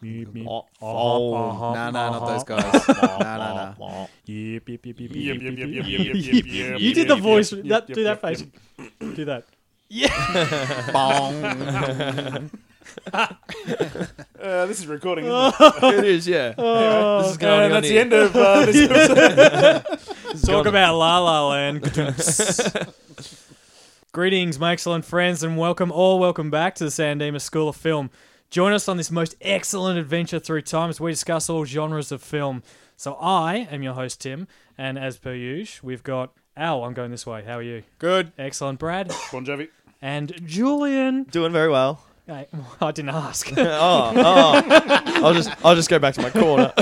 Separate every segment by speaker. Speaker 1: beep.
Speaker 2: Oh,
Speaker 1: Uh-huh,
Speaker 2: no, no, not
Speaker 1: uh-huh.
Speaker 2: those guys. no, no, no.
Speaker 1: Yep, yep, yep, yep,
Speaker 3: Yep,
Speaker 1: yep,
Speaker 3: yep,
Speaker 1: yep,
Speaker 3: yep,
Speaker 1: yep.
Speaker 3: yep, yep, yep, yep,
Speaker 1: You did
Speaker 3: yep,
Speaker 1: the
Speaker 3: yep,
Speaker 1: voice.
Speaker 3: yep,
Speaker 1: That
Speaker 3: yep,
Speaker 1: do that
Speaker 3: yep,
Speaker 1: face.
Speaker 3: yep.
Speaker 1: Do that.
Speaker 2: Bong.
Speaker 3: Uh, this is recording. Isn't it?
Speaker 4: it is, yeah. Anyway, this is going
Speaker 3: and
Speaker 4: on
Speaker 3: that's
Speaker 4: the
Speaker 3: the end of uh, this episode.
Speaker 1: Talk about La La Land. Greetings, my excellent friends, and welcome all. Welcome back to the San Dimas School of Film. Join us on this most excellent adventure through time as we discuss all genres of film. So I am your host Tim, and as per usual, we've got Al. I'm going this way. How are you?
Speaker 4: Good.
Speaker 1: Excellent, Brad,
Speaker 3: Bon Jovi.
Speaker 1: and Julian.
Speaker 4: Doing very well.
Speaker 1: I, I didn't ask.
Speaker 4: Oh, oh. I'll just I'll just go back to my corner.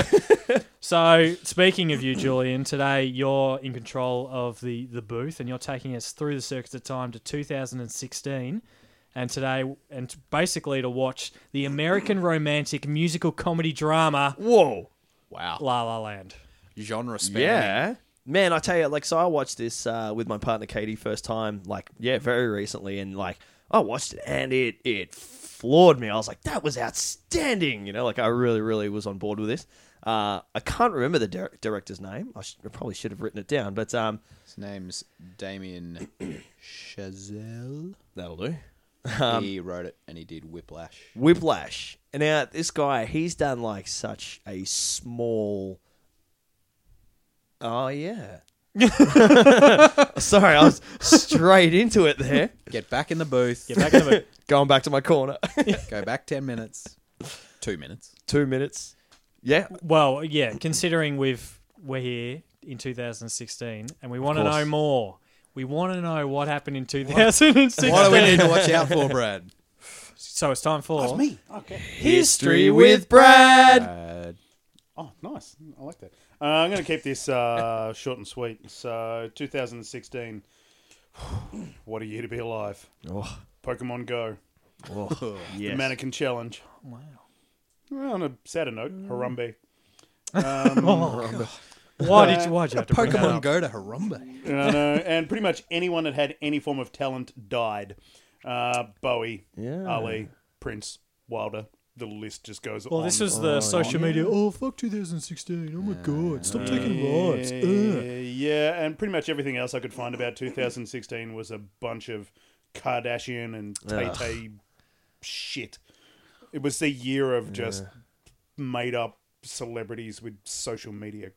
Speaker 1: So, speaking of you, Julian, today you're in control of the, the booth and you're taking us through the circuits of time to 2016. And today, and t- basically to watch the American romantic musical comedy drama
Speaker 4: Whoa. Wow.
Speaker 1: La La Land.
Speaker 2: Genre spanning.
Speaker 4: Yeah. Man, I tell you, like, so I watched this uh, with my partner Katie first time, like, yeah, very recently, and like, I watched it and it it floored me. I was like, that was outstanding, you know, like I really, really was on board with this. Uh, I can't remember the dir- director's name. I, sh- I probably should have written it down, but um,
Speaker 5: His name's Damien Chazelle.
Speaker 4: that'll do.
Speaker 5: he wrote it and he did Whiplash.
Speaker 4: Whiplash. And now this guy, he's done like such a small. Oh yeah. Sorry, I was straight into it there.
Speaker 5: Get back in the booth.
Speaker 1: Get back in the booth.
Speaker 4: Going back to my corner.
Speaker 5: Go back 10 minutes. Two minutes.
Speaker 4: Two minutes. Yeah.
Speaker 1: Well, yeah, considering we've, we're here in 2016 and we want to
Speaker 4: course.
Speaker 1: know more. We want to know what happened in 2016.
Speaker 5: What do we need to watch out for, Brad?
Speaker 1: So it's time for
Speaker 3: Me. Okay.
Speaker 4: History with Brad.
Speaker 5: Brad.
Speaker 3: Oh, nice. I like that. Uh, I'm going to keep this uh, short and sweet. So, 2016. what a year to be alive.
Speaker 4: Oh,
Speaker 3: Pokemon Go. The
Speaker 4: yes.
Speaker 3: Mannequin Challenge.
Speaker 1: Wow.
Speaker 3: Well, on a sadder note, Harambe. Um,
Speaker 1: Why did you, why'd you have to bring that
Speaker 5: Pokemon
Speaker 1: up?
Speaker 5: Uh, Go to Harambe.
Speaker 3: I know, and pretty much anyone that had any form of talent died. Uh, Bowie,
Speaker 4: Yeah.
Speaker 3: Ali, Prince, Wilder. The list just goes
Speaker 1: Well,
Speaker 3: on.
Speaker 1: this was the social media. Oh fuck, 2016. Oh my god, stop taking lives.
Speaker 3: Yeah,
Speaker 1: Ugh.
Speaker 3: yeah, and pretty much everything else I could find about 2016 was a bunch of Kardashian and Tay Tay shit. It was the year of just made up celebrities with social media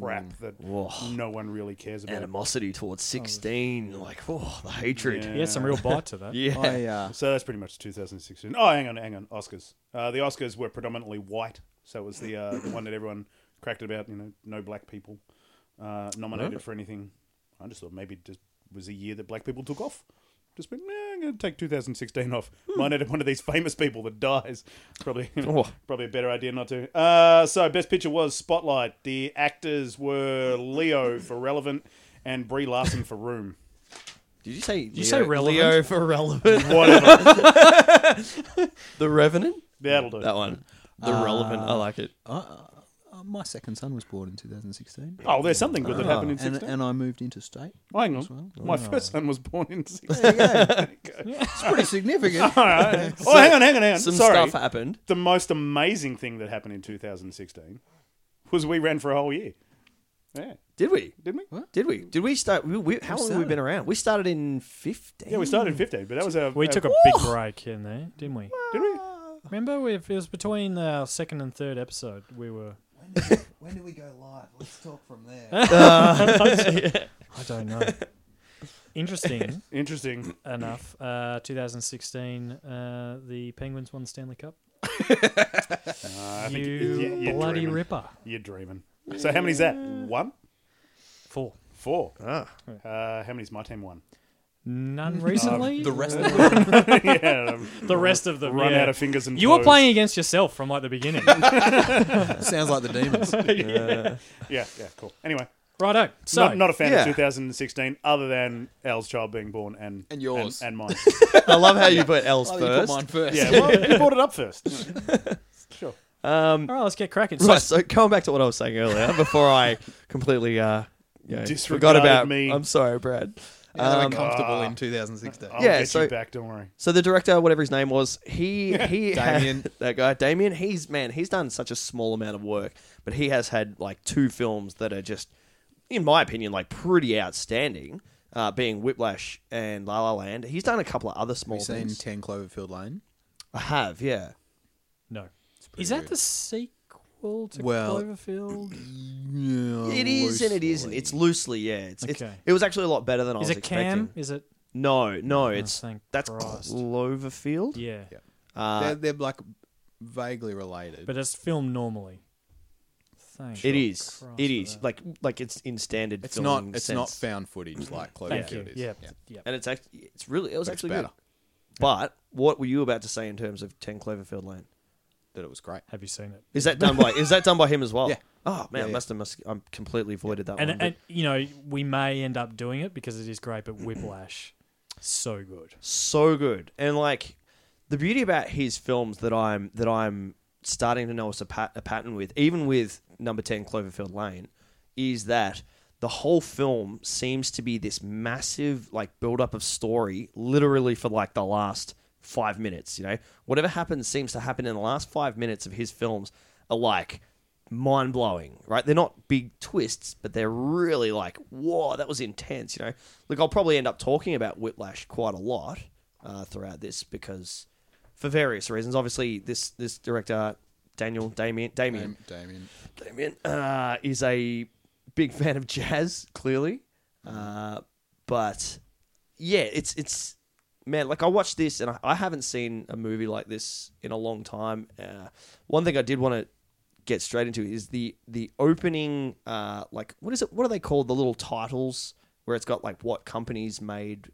Speaker 3: crap that
Speaker 4: Woah.
Speaker 3: no one really cares about.
Speaker 4: Animosity towards 16. Like, oh, the hatred.
Speaker 3: Yeah.
Speaker 1: He had some real bite to that.
Speaker 4: Yeah.
Speaker 5: I, uh,
Speaker 3: So that's pretty much 2016. Oh, hang on, hang on. Oscars. Uh, the Oscars were predominantly white, so it was the, uh, the one that everyone cracked about. You know, no black people uh, nominated for anything. I just thought maybe it just was a year that black people took off. Just been, nah, I'm going to take 2016 off. Mine had one of these famous people that dies. Probably,
Speaker 4: Hmm. Oh.
Speaker 3: probably a better idea not to. Uh, so best picture was Spotlight. The actors were Leo for Relevant and Brie Larson for Room.
Speaker 4: Did you say Did
Speaker 1: you say relevant?
Speaker 4: Leo for relevant?
Speaker 3: Whatever,
Speaker 4: the Revenant?
Speaker 3: that'll do.
Speaker 4: That one. The relevant. I like it.
Speaker 5: uh, my second son was born in 2016.
Speaker 3: Oh, there's something good that
Speaker 1: Uh-huh.
Speaker 3: happened in
Speaker 5: and,
Speaker 3: 16.
Speaker 5: and I moved interstate.
Speaker 3: Oh, hang on.
Speaker 5: well.
Speaker 3: My first son was born in 16.
Speaker 5: It's pretty significant.
Speaker 3: All right. oh, hang on, hang on, hang on.
Speaker 4: Some
Speaker 3: Sorry.
Speaker 4: stuff happened.
Speaker 3: The most amazing thing that happened in 2016 was we ran for a whole year. Yeah,
Speaker 4: Did we?
Speaker 3: didn't we?
Speaker 4: Did we? Did we start? We, we, how long have we been around? We started in 15.
Speaker 3: Yeah, we started in 15, but that was a.
Speaker 1: We took a big break in there, didn't we?
Speaker 3: Did we?
Speaker 1: Remember, we, it was between our second and third episode. We were.
Speaker 5: when do we go live? Let's talk from there.
Speaker 1: I don't know. Interesting
Speaker 3: Interesting.
Speaker 1: enough, uh, 2016, uh, the Penguins won the Stanley Cup.
Speaker 3: Uh,
Speaker 1: you
Speaker 3: y- you're
Speaker 1: bloody
Speaker 3: dreaming.
Speaker 1: ripper!
Speaker 3: You're dreaming. So, how many's that? One?
Speaker 1: Four.
Speaker 3: Four.
Speaker 1: Ah.
Speaker 3: Uh, how many's my team won?
Speaker 1: None recently.
Speaker 5: Um, the rest of the
Speaker 3: yeah, I've
Speaker 1: The rest of them.
Speaker 3: Um, run
Speaker 1: yeah.
Speaker 3: out of fingers and
Speaker 1: You were
Speaker 3: toes.
Speaker 1: playing against yourself from like the beginning.
Speaker 5: sounds like the demons.
Speaker 3: Yeah, yeah, cool. Anyway,
Speaker 1: Righto. So
Speaker 3: not, not a fan
Speaker 4: yeah.
Speaker 3: of 2016 other than Al's child being born and,
Speaker 5: And yours.
Speaker 3: And, and mine.
Speaker 4: I love how you put L's
Speaker 5: Oh, you put
Speaker 4: first.
Speaker 5: mine first.
Speaker 3: Yeah, well, you brought it up first. sure.
Speaker 4: Um,
Speaker 1: all right, let's get cracking. So,
Speaker 4: right, so going back to what I was saying earlier, before I completely uh, you know,
Speaker 3: Disregarded
Speaker 4: forgot about
Speaker 3: me.
Speaker 4: I'm sorry, Brad.
Speaker 5: Yeah, they were
Speaker 4: Um,
Speaker 5: comfortable in 2016.
Speaker 3: I'll
Speaker 4: Yeah,
Speaker 3: get
Speaker 4: so-
Speaker 3: you back. Don't worry.
Speaker 4: So the director, whatever his name was, he he
Speaker 5: Damien.
Speaker 4: had- that guy Damien. He's man, he's done such a small amount of work, but he has had like two films that are just, in my opinion, like pretty outstanding. Uh, being Whiplash and La La Land. He's done a couple of other small
Speaker 5: Have you seen
Speaker 4: things.
Speaker 5: 10 Cloverfield Lane?
Speaker 4: I have, yeah.
Speaker 1: No.
Speaker 5: pretty
Speaker 1: Is that
Speaker 5: good.
Speaker 1: the sequel to
Speaker 5: Well-
Speaker 1: Cloverfield?
Speaker 5: Yeah,
Speaker 4: It is and it isn't. It's loosely, yeah. It's, it's
Speaker 1: Okay.
Speaker 4: it was actually a lot better than I
Speaker 1: Is
Speaker 4: was
Speaker 1: it
Speaker 4: expecting.
Speaker 1: Cam? Is it?
Speaker 4: No, no, it's
Speaker 1: thank
Speaker 4: that's
Speaker 1: Christ.
Speaker 4: Cloverfield.
Speaker 1: Yeah.
Speaker 5: Yeah.
Speaker 4: Uh,
Speaker 5: they're, they're like vaguely related.
Speaker 1: But it's filmed normally. Thank
Speaker 4: it is.
Speaker 1: Christ
Speaker 4: It
Speaker 1: for
Speaker 4: is
Speaker 1: that.
Speaker 4: like like it's in standard.
Speaker 5: it's not.
Speaker 4: filming
Speaker 5: It's not
Speaker 4: sense.
Speaker 5: found footage like
Speaker 1: Thank
Speaker 5: Cloverfield
Speaker 1: you.
Speaker 5: is.
Speaker 1: Yeah.
Speaker 5: Yeah.
Speaker 1: yeah.
Speaker 4: and it's actually it's really it was
Speaker 5: But it's
Speaker 4: actually good.
Speaker 5: better.
Speaker 4: But what were you about to say in terms of Ten Cloverfield Lane?
Speaker 5: That it was great.
Speaker 1: Have you seen it?
Speaker 4: Is that done by is that done by him as well?
Speaker 5: Yeah.
Speaker 4: Oh man,
Speaker 5: Yeah, yeah.
Speaker 4: must have must I'm completely avoided that
Speaker 1: And,
Speaker 4: one.
Speaker 1: and
Speaker 4: Oh, but
Speaker 1: you know we may end up doing it because it is great, but Whiplash, so good.
Speaker 4: so good. And like the beauty about his films that I'm that I'm starting to notice a, pat, a pattern with, even with number ten Cloverfield Lane, is that the whole film seems to be this massive like build up of story, literally for like the last five minutes. You know, whatever happens seems to happen in the last five minutes of his films are like mind blowing, right? They're not big twists, but they're really like, whoa, that was intense, you know? Look, I'll probably end up talking about Whiplash quite a lot uh, throughout this because for various reasons. Obviously, this this director, Daniel Damien, Damien,
Speaker 5: Damien. Damien.
Speaker 4: Damien uh, is a big fan of jazz, clearly. Uh, but yeah, it's it's man, like I watched this and I, I haven't seen a movie like this in a long time. Uh, one thing I did want to get straight into is the the opening uh, like what is it? What are they called? The little titles where it's got like what companies made.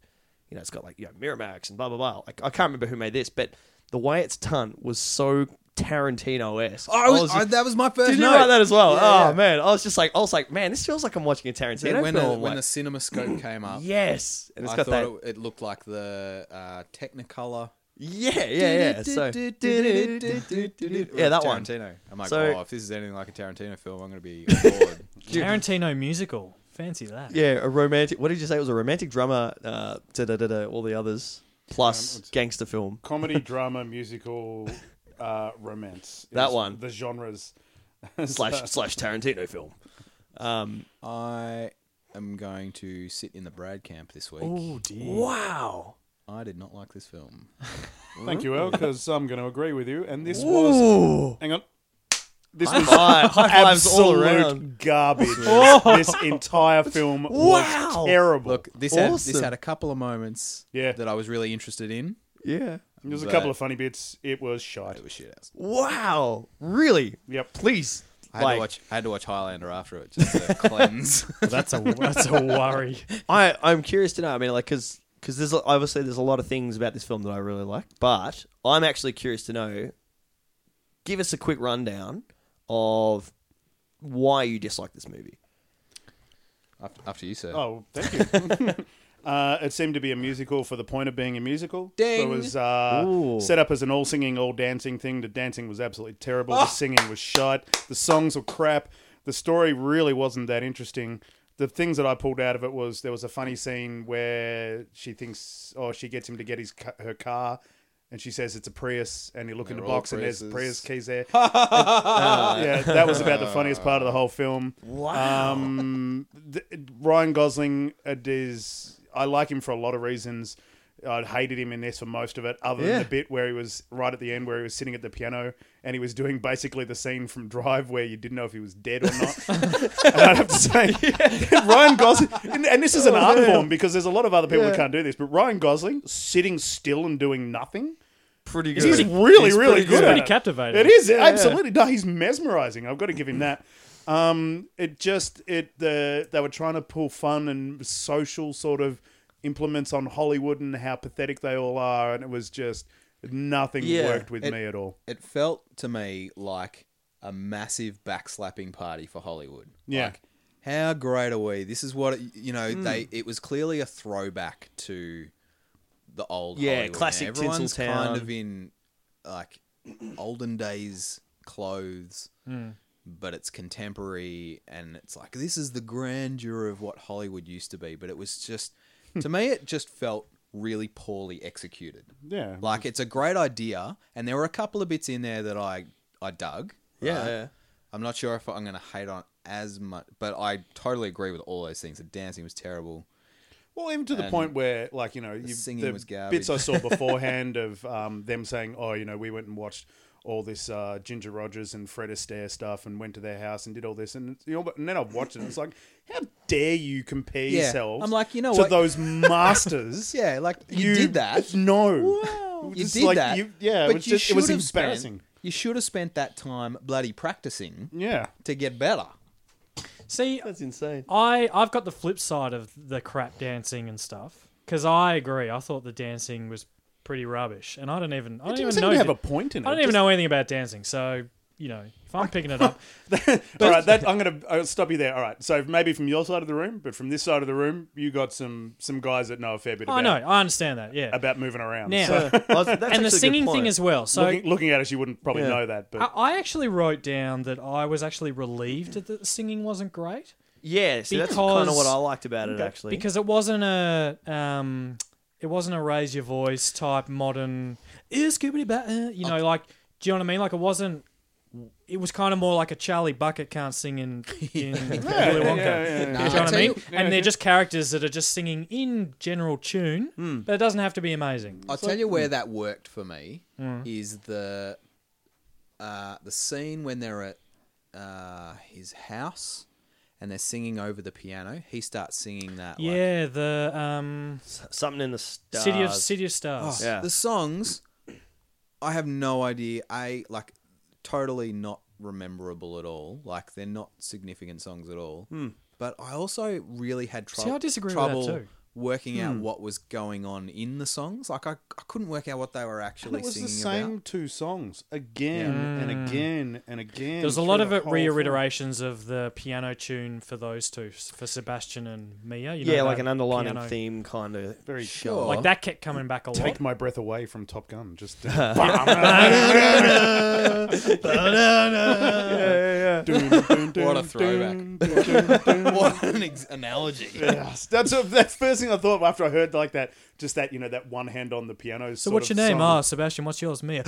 Speaker 4: You know, it's got like you know Miramax and blah blah blah. Like I can't remember who made this, but the way it's done was so Tarantino esque.
Speaker 5: I was, I, that was my first.
Speaker 4: Did you
Speaker 5: note.
Speaker 4: write that as well?
Speaker 5: Yeah,
Speaker 4: oh
Speaker 5: yeah.
Speaker 4: man, I was just like, I was like, man, this feels like I'm watching a
Speaker 5: So
Speaker 4: Tarantino
Speaker 5: when the,
Speaker 4: film.
Speaker 5: when the
Speaker 4: like,
Speaker 5: cinema scope came up,
Speaker 4: yes, and it's
Speaker 5: I
Speaker 4: got
Speaker 5: thought
Speaker 4: that.
Speaker 5: It, it looked like the uh, Technicolor.
Speaker 4: yeah, yeah, yeah. So, yeah, that one.
Speaker 5: Tarantino. I'm like,
Speaker 4: So-
Speaker 5: oh, if this is anything like a Tarantino film, I'm going to be on board.
Speaker 1: Tarantino musical, fancy that.
Speaker 4: Yeah, a romantic. What did you say? It was a romantic drama. Uh, da da da da. All the others plus
Speaker 3: Um, it's-
Speaker 4: gangster film.
Speaker 3: Comedy, drama, musical, uh, romance. It
Speaker 4: That
Speaker 3: was
Speaker 4: one.
Speaker 3: The genres.
Speaker 4: Slash slash Tarantino film. Um,
Speaker 5: I am going to sit in the Brad camp this week.
Speaker 1: Oh dear.
Speaker 4: wow.
Speaker 5: I did not like this film.
Speaker 4: Mm-hmm.
Speaker 3: Thank you, El, because I'm going to agree with you. And this was. Hang on. This
Speaker 4: High,
Speaker 3: was
Speaker 4: five, high fives all around.
Speaker 3: absolute garbage. this entire film
Speaker 4: Wow.
Speaker 3: was terrible.
Speaker 5: Look, this had, this
Speaker 4: Awesome.
Speaker 5: had a couple of moments
Speaker 3: Yeah.
Speaker 5: that I was really interested in.
Speaker 4: Yeah.
Speaker 3: There's a
Speaker 5: but
Speaker 3: couple of funny bits. It was shite.
Speaker 5: It was shit ass.
Speaker 4: Wow. Really.
Speaker 3: Yep.
Speaker 4: Please.
Speaker 5: I had, to watch, I had to watch Highlander after it just to cleanse.
Speaker 1: That's a that's a worry.
Speaker 4: I I'm curious to know. I mean, like, because there's obviously there's a lot of things about this film that I really like, but I'm actually curious to know. Give us a quick rundown of why you dislike this movie.
Speaker 5: After- After you, sir.
Speaker 3: Oh, thank you. uh, it seemed to be a musical for the point of being a musical. It
Speaker 5: Ding.
Speaker 3: was uh,
Speaker 4: Ooh.
Speaker 3: set up as an all singing, all dancing thing. The dancing was absolutely terrible.
Speaker 5: Ah.
Speaker 3: The singing was shite. The songs were crap. The story really wasn't that interesting. The things that I pulled out of it was there was a funny scene where she thinks, or she gets him to get his ca- her car. And she says it's a Prius, and you look in the
Speaker 5: They're all
Speaker 3: box, and there's
Speaker 5: Priuses.
Speaker 3: Prius keys there. yeah, that was about the funniest part of the whole film. Uh, Wow. Um, th- Ryan Gosling uh, is. I like him for a lot of reasons. I hated him in this for most of it, other than
Speaker 4: Yeah.
Speaker 3: the bit where he was right at the end, where he was sitting at the piano and he was doing basically the scene from Drive, where you didn't know if he was dead or not. and I'd have to say, Ryan Gosling, and, and this is an art form because there's a lot of other people that can't do this, but Ryan Gosling sitting still and doing nothing.
Speaker 4: Pretty good.
Speaker 3: He's really, really
Speaker 1: pretty
Speaker 3: good.
Speaker 1: good.
Speaker 3: at
Speaker 1: Pretty
Speaker 3: it.
Speaker 1: captivating.
Speaker 3: It is absolutely no. He's mesmerizing. I've got to give him that. Um, it just it the they were trying to pull fun and social sort of implements on Hollywood and how pathetic they all are, and it was just nothing
Speaker 5: Yeah,
Speaker 3: worked with
Speaker 5: it-
Speaker 3: me at all.
Speaker 5: it felt to me like a massive backslapping party for Hollywood.
Speaker 3: Yeah.
Speaker 5: Like, how great are we? This is what it, you know.
Speaker 4: Hmm.
Speaker 5: They it was clearly a throwback to the old
Speaker 4: Yeah,
Speaker 5: Hollywood. Now,
Speaker 4: classic
Speaker 5: Everyone's
Speaker 4: Tinseltown.
Speaker 5: kind of in like olden days clothes,
Speaker 4: Hmm.
Speaker 5: but it's contemporary, and it's like this is the grandeur of what Hollywood used to be. But it was just to me, it just felt really poorly executed.
Speaker 3: Yeah.
Speaker 5: Like it's a great idea, and there were a couple of bits in there that I I dug.
Speaker 4: Yeah,
Speaker 5: right?
Speaker 4: yeah.
Speaker 5: I'm not sure if I'm going to hate on as much, but I totally agree with all those things. The dancing was terrible.
Speaker 3: Well, even to the
Speaker 5: And
Speaker 3: point where, like, you know, you,
Speaker 5: singing
Speaker 3: the
Speaker 5: was garbage.
Speaker 3: bits I saw beforehand of um, them saying, "Oh, you know, we went and watched all this uh, Ginger Rogers and Fred Astaire stuff, and went to their house and did all this," and you know, but- and then I've watched it, and it's like, how dare you compare
Speaker 5: Yeah.
Speaker 3: yourselves?
Speaker 5: I'm like, you know
Speaker 3: to
Speaker 5: what?
Speaker 3: those masters.
Speaker 5: Yeah, like you, did that.
Speaker 3: No,
Speaker 5: You
Speaker 3: Just
Speaker 5: did
Speaker 3: like,
Speaker 5: that.
Speaker 3: you- yeah,
Speaker 5: but
Speaker 3: it was
Speaker 5: you
Speaker 3: just it was
Speaker 5: should have spent-
Speaker 3: embarrassing.
Speaker 5: you should have spent that time bloody practicing
Speaker 3: Yeah,
Speaker 5: to get better.
Speaker 1: See,
Speaker 4: That's insane.
Speaker 1: I I've got the flip side of the crap dancing and stuff because I agree. I thought the dancing was pretty rubbish, and I don't even I
Speaker 3: it
Speaker 1: don't
Speaker 3: didn't
Speaker 1: even
Speaker 3: seem
Speaker 1: know
Speaker 3: to have
Speaker 1: da-
Speaker 3: a point in it.
Speaker 1: I don't even know anything about dancing, so you know if I'm picking it up,
Speaker 3: All right, that I'm gonna I'll stop you there. All right, so maybe from your side of the room, but from this side of the room, you got some some guys that know a fair bit. About
Speaker 1: I know I understand that. Yeah,
Speaker 3: about moving around.
Speaker 1: Now-
Speaker 3: So,
Speaker 1: and the singing thing as well. So
Speaker 3: looking, looking at us, you wouldn't probably
Speaker 4: Yeah.
Speaker 3: know that, but
Speaker 1: I, I actually wrote down that I was actually relieved that the singing wasn't great
Speaker 4: yeah. See, that's kind of
Speaker 1: Because-
Speaker 4: what I liked about it actually.
Speaker 1: because it wasn't a um, it wasn't a raise your voice type modern is Scooby better you know like do you know what I mean like it wasn't it was kind of more like a Charlie Bucket can't sing in, in Willy Wonka.
Speaker 5: Nah,
Speaker 1: Do you know
Speaker 5: I
Speaker 1: what
Speaker 5: tell
Speaker 1: I mean?
Speaker 5: you-
Speaker 1: and they're just characters that are just singing in general tune,
Speaker 4: Hmm.
Speaker 1: but it doesn't have to be amazing.
Speaker 5: I'll tell you where that worked for me is the uh, the scene when they're at uh, his house and they're singing over the piano. He starts singing that. like,
Speaker 1: Yeah, the um,
Speaker 4: something in the stars.
Speaker 1: City of City of Stars.
Speaker 4: Yeah.
Speaker 5: The songs, I have no idea. A like, totally not rememberable at all. Like they're not significant songs at all. But I also really had trou-
Speaker 1: Hmm. See, I disagree with that
Speaker 5: trouble
Speaker 1: too. Hmm.
Speaker 5: working out what was going on in the songs. Like I, I couldn't work out what they were actually
Speaker 3: it was the
Speaker 5: singing
Speaker 3: same
Speaker 5: about.
Speaker 3: two songs again and again and again.
Speaker 1: There's a lot of
Speaker 3: through
Speaker 1: it
Speaker 3: the whole thing.
Speaker 1: reiterations of the piano tune for those two, s- for Sebastian and Mia. You know,
Speaker 4: yeah, like
Speaker 1: that
Speaker 4: an underlining
Speaker 1: piano-
Speaker 4: theme kind of.
Speaker 3: Very
Speaker 5: Sure.
Speaker 1: Like that kept coming back a lot.
Speaker 3: Take my breath away from Top Gun. Just uh,
Speaker 5: What
Speaker 3: what
Speaker 5: a throwback. What an ex- analogy.
Speaker 3: Yes, that's a, that's the first thing I thought of after I heard like that. Just that you know that one hand on the piano.
Speaker 1: So what's your name? Ah, Sebastian. What's yours? Mia.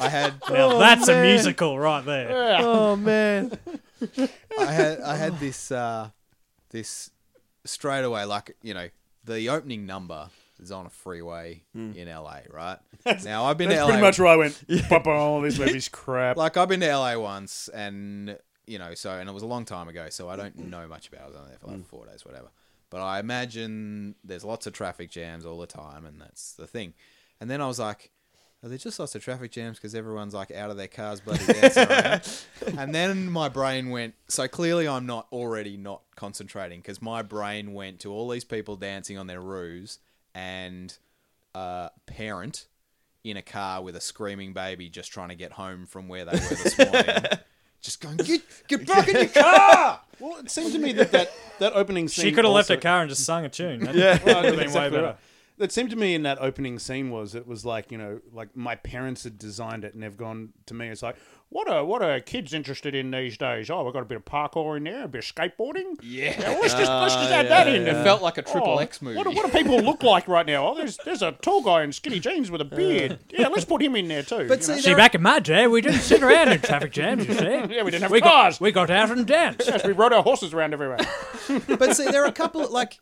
Speaker 5: I had
Speaker 1: Now that's a musical right there.
Speaker 4: Oh man,
Speaker 5: I had I had this uh, this straight away like you know the opening number is on a freeway in LA, right? now I've been
Speaker 3: Hmm. That's
Speaker 5: to LA
Speaker 3: pretty much where I went. "Ba-ba, this movie's crap.
Speaker 5: like I've been to LA once, and you know, so and it was a long time ago, so I don't know much about. it. I was only there for like four days, whatever. But I imagine there's lots of traffic jams all the time, and that's the thing. And then I was like, are there just lots of traffic jams because everyone's like out of their cars, bloody dancing around? And then my brain went. So clearly, I'm not already not concentrating because my brain went to all these people dancing on their roofs and a parent in a car with a screaming baby just trying to get home from where they were this morning. just going, get, get back in your car!
Speaker 3: well, it seemed to me that that, that opening scene.
Speaker 1: She could have left
Speaker 3: also-
Speaker 1: her car and just sung a tune. yeah,
Speaker 3: Well, that's
Speaker 1: been way
Speaker 3: exactly
Speaker 1: better.
Speaker 3: right. That seemed to me in that opening scene was it was like you know like my parents had designed it and they've gone to me it's like what are what are kids interested in these days oh we've got a bit of parkour in there a bit of skateboarding yeah, let's just let's just add that in
Speaker 5: It felt like a Triple
Speaker 3: Oh,
Speaker 5: X movie.
Speaker 3: What, do- what do people look like right now? Oh, there's there's a tall guy in skinny jeans with a beard. Yeah, let's put him in there too.
Speaker 5: But
Speaker 3: you
Speaker 5: see,
Speaker 3: know?
Speaker 1: See,
Speaker 5: there-
Speaker 1: back in my day, we didn't sit around in traffic jams. You see,
Speaker 3: yeah, we didn't have
Speaker 1: we
Speaker 3: cars.
Speaker 1: got we got out and danced.
Speaker 3: Yes, we rode our horses around everywhere.
Speaker 5: but see, there are a couple like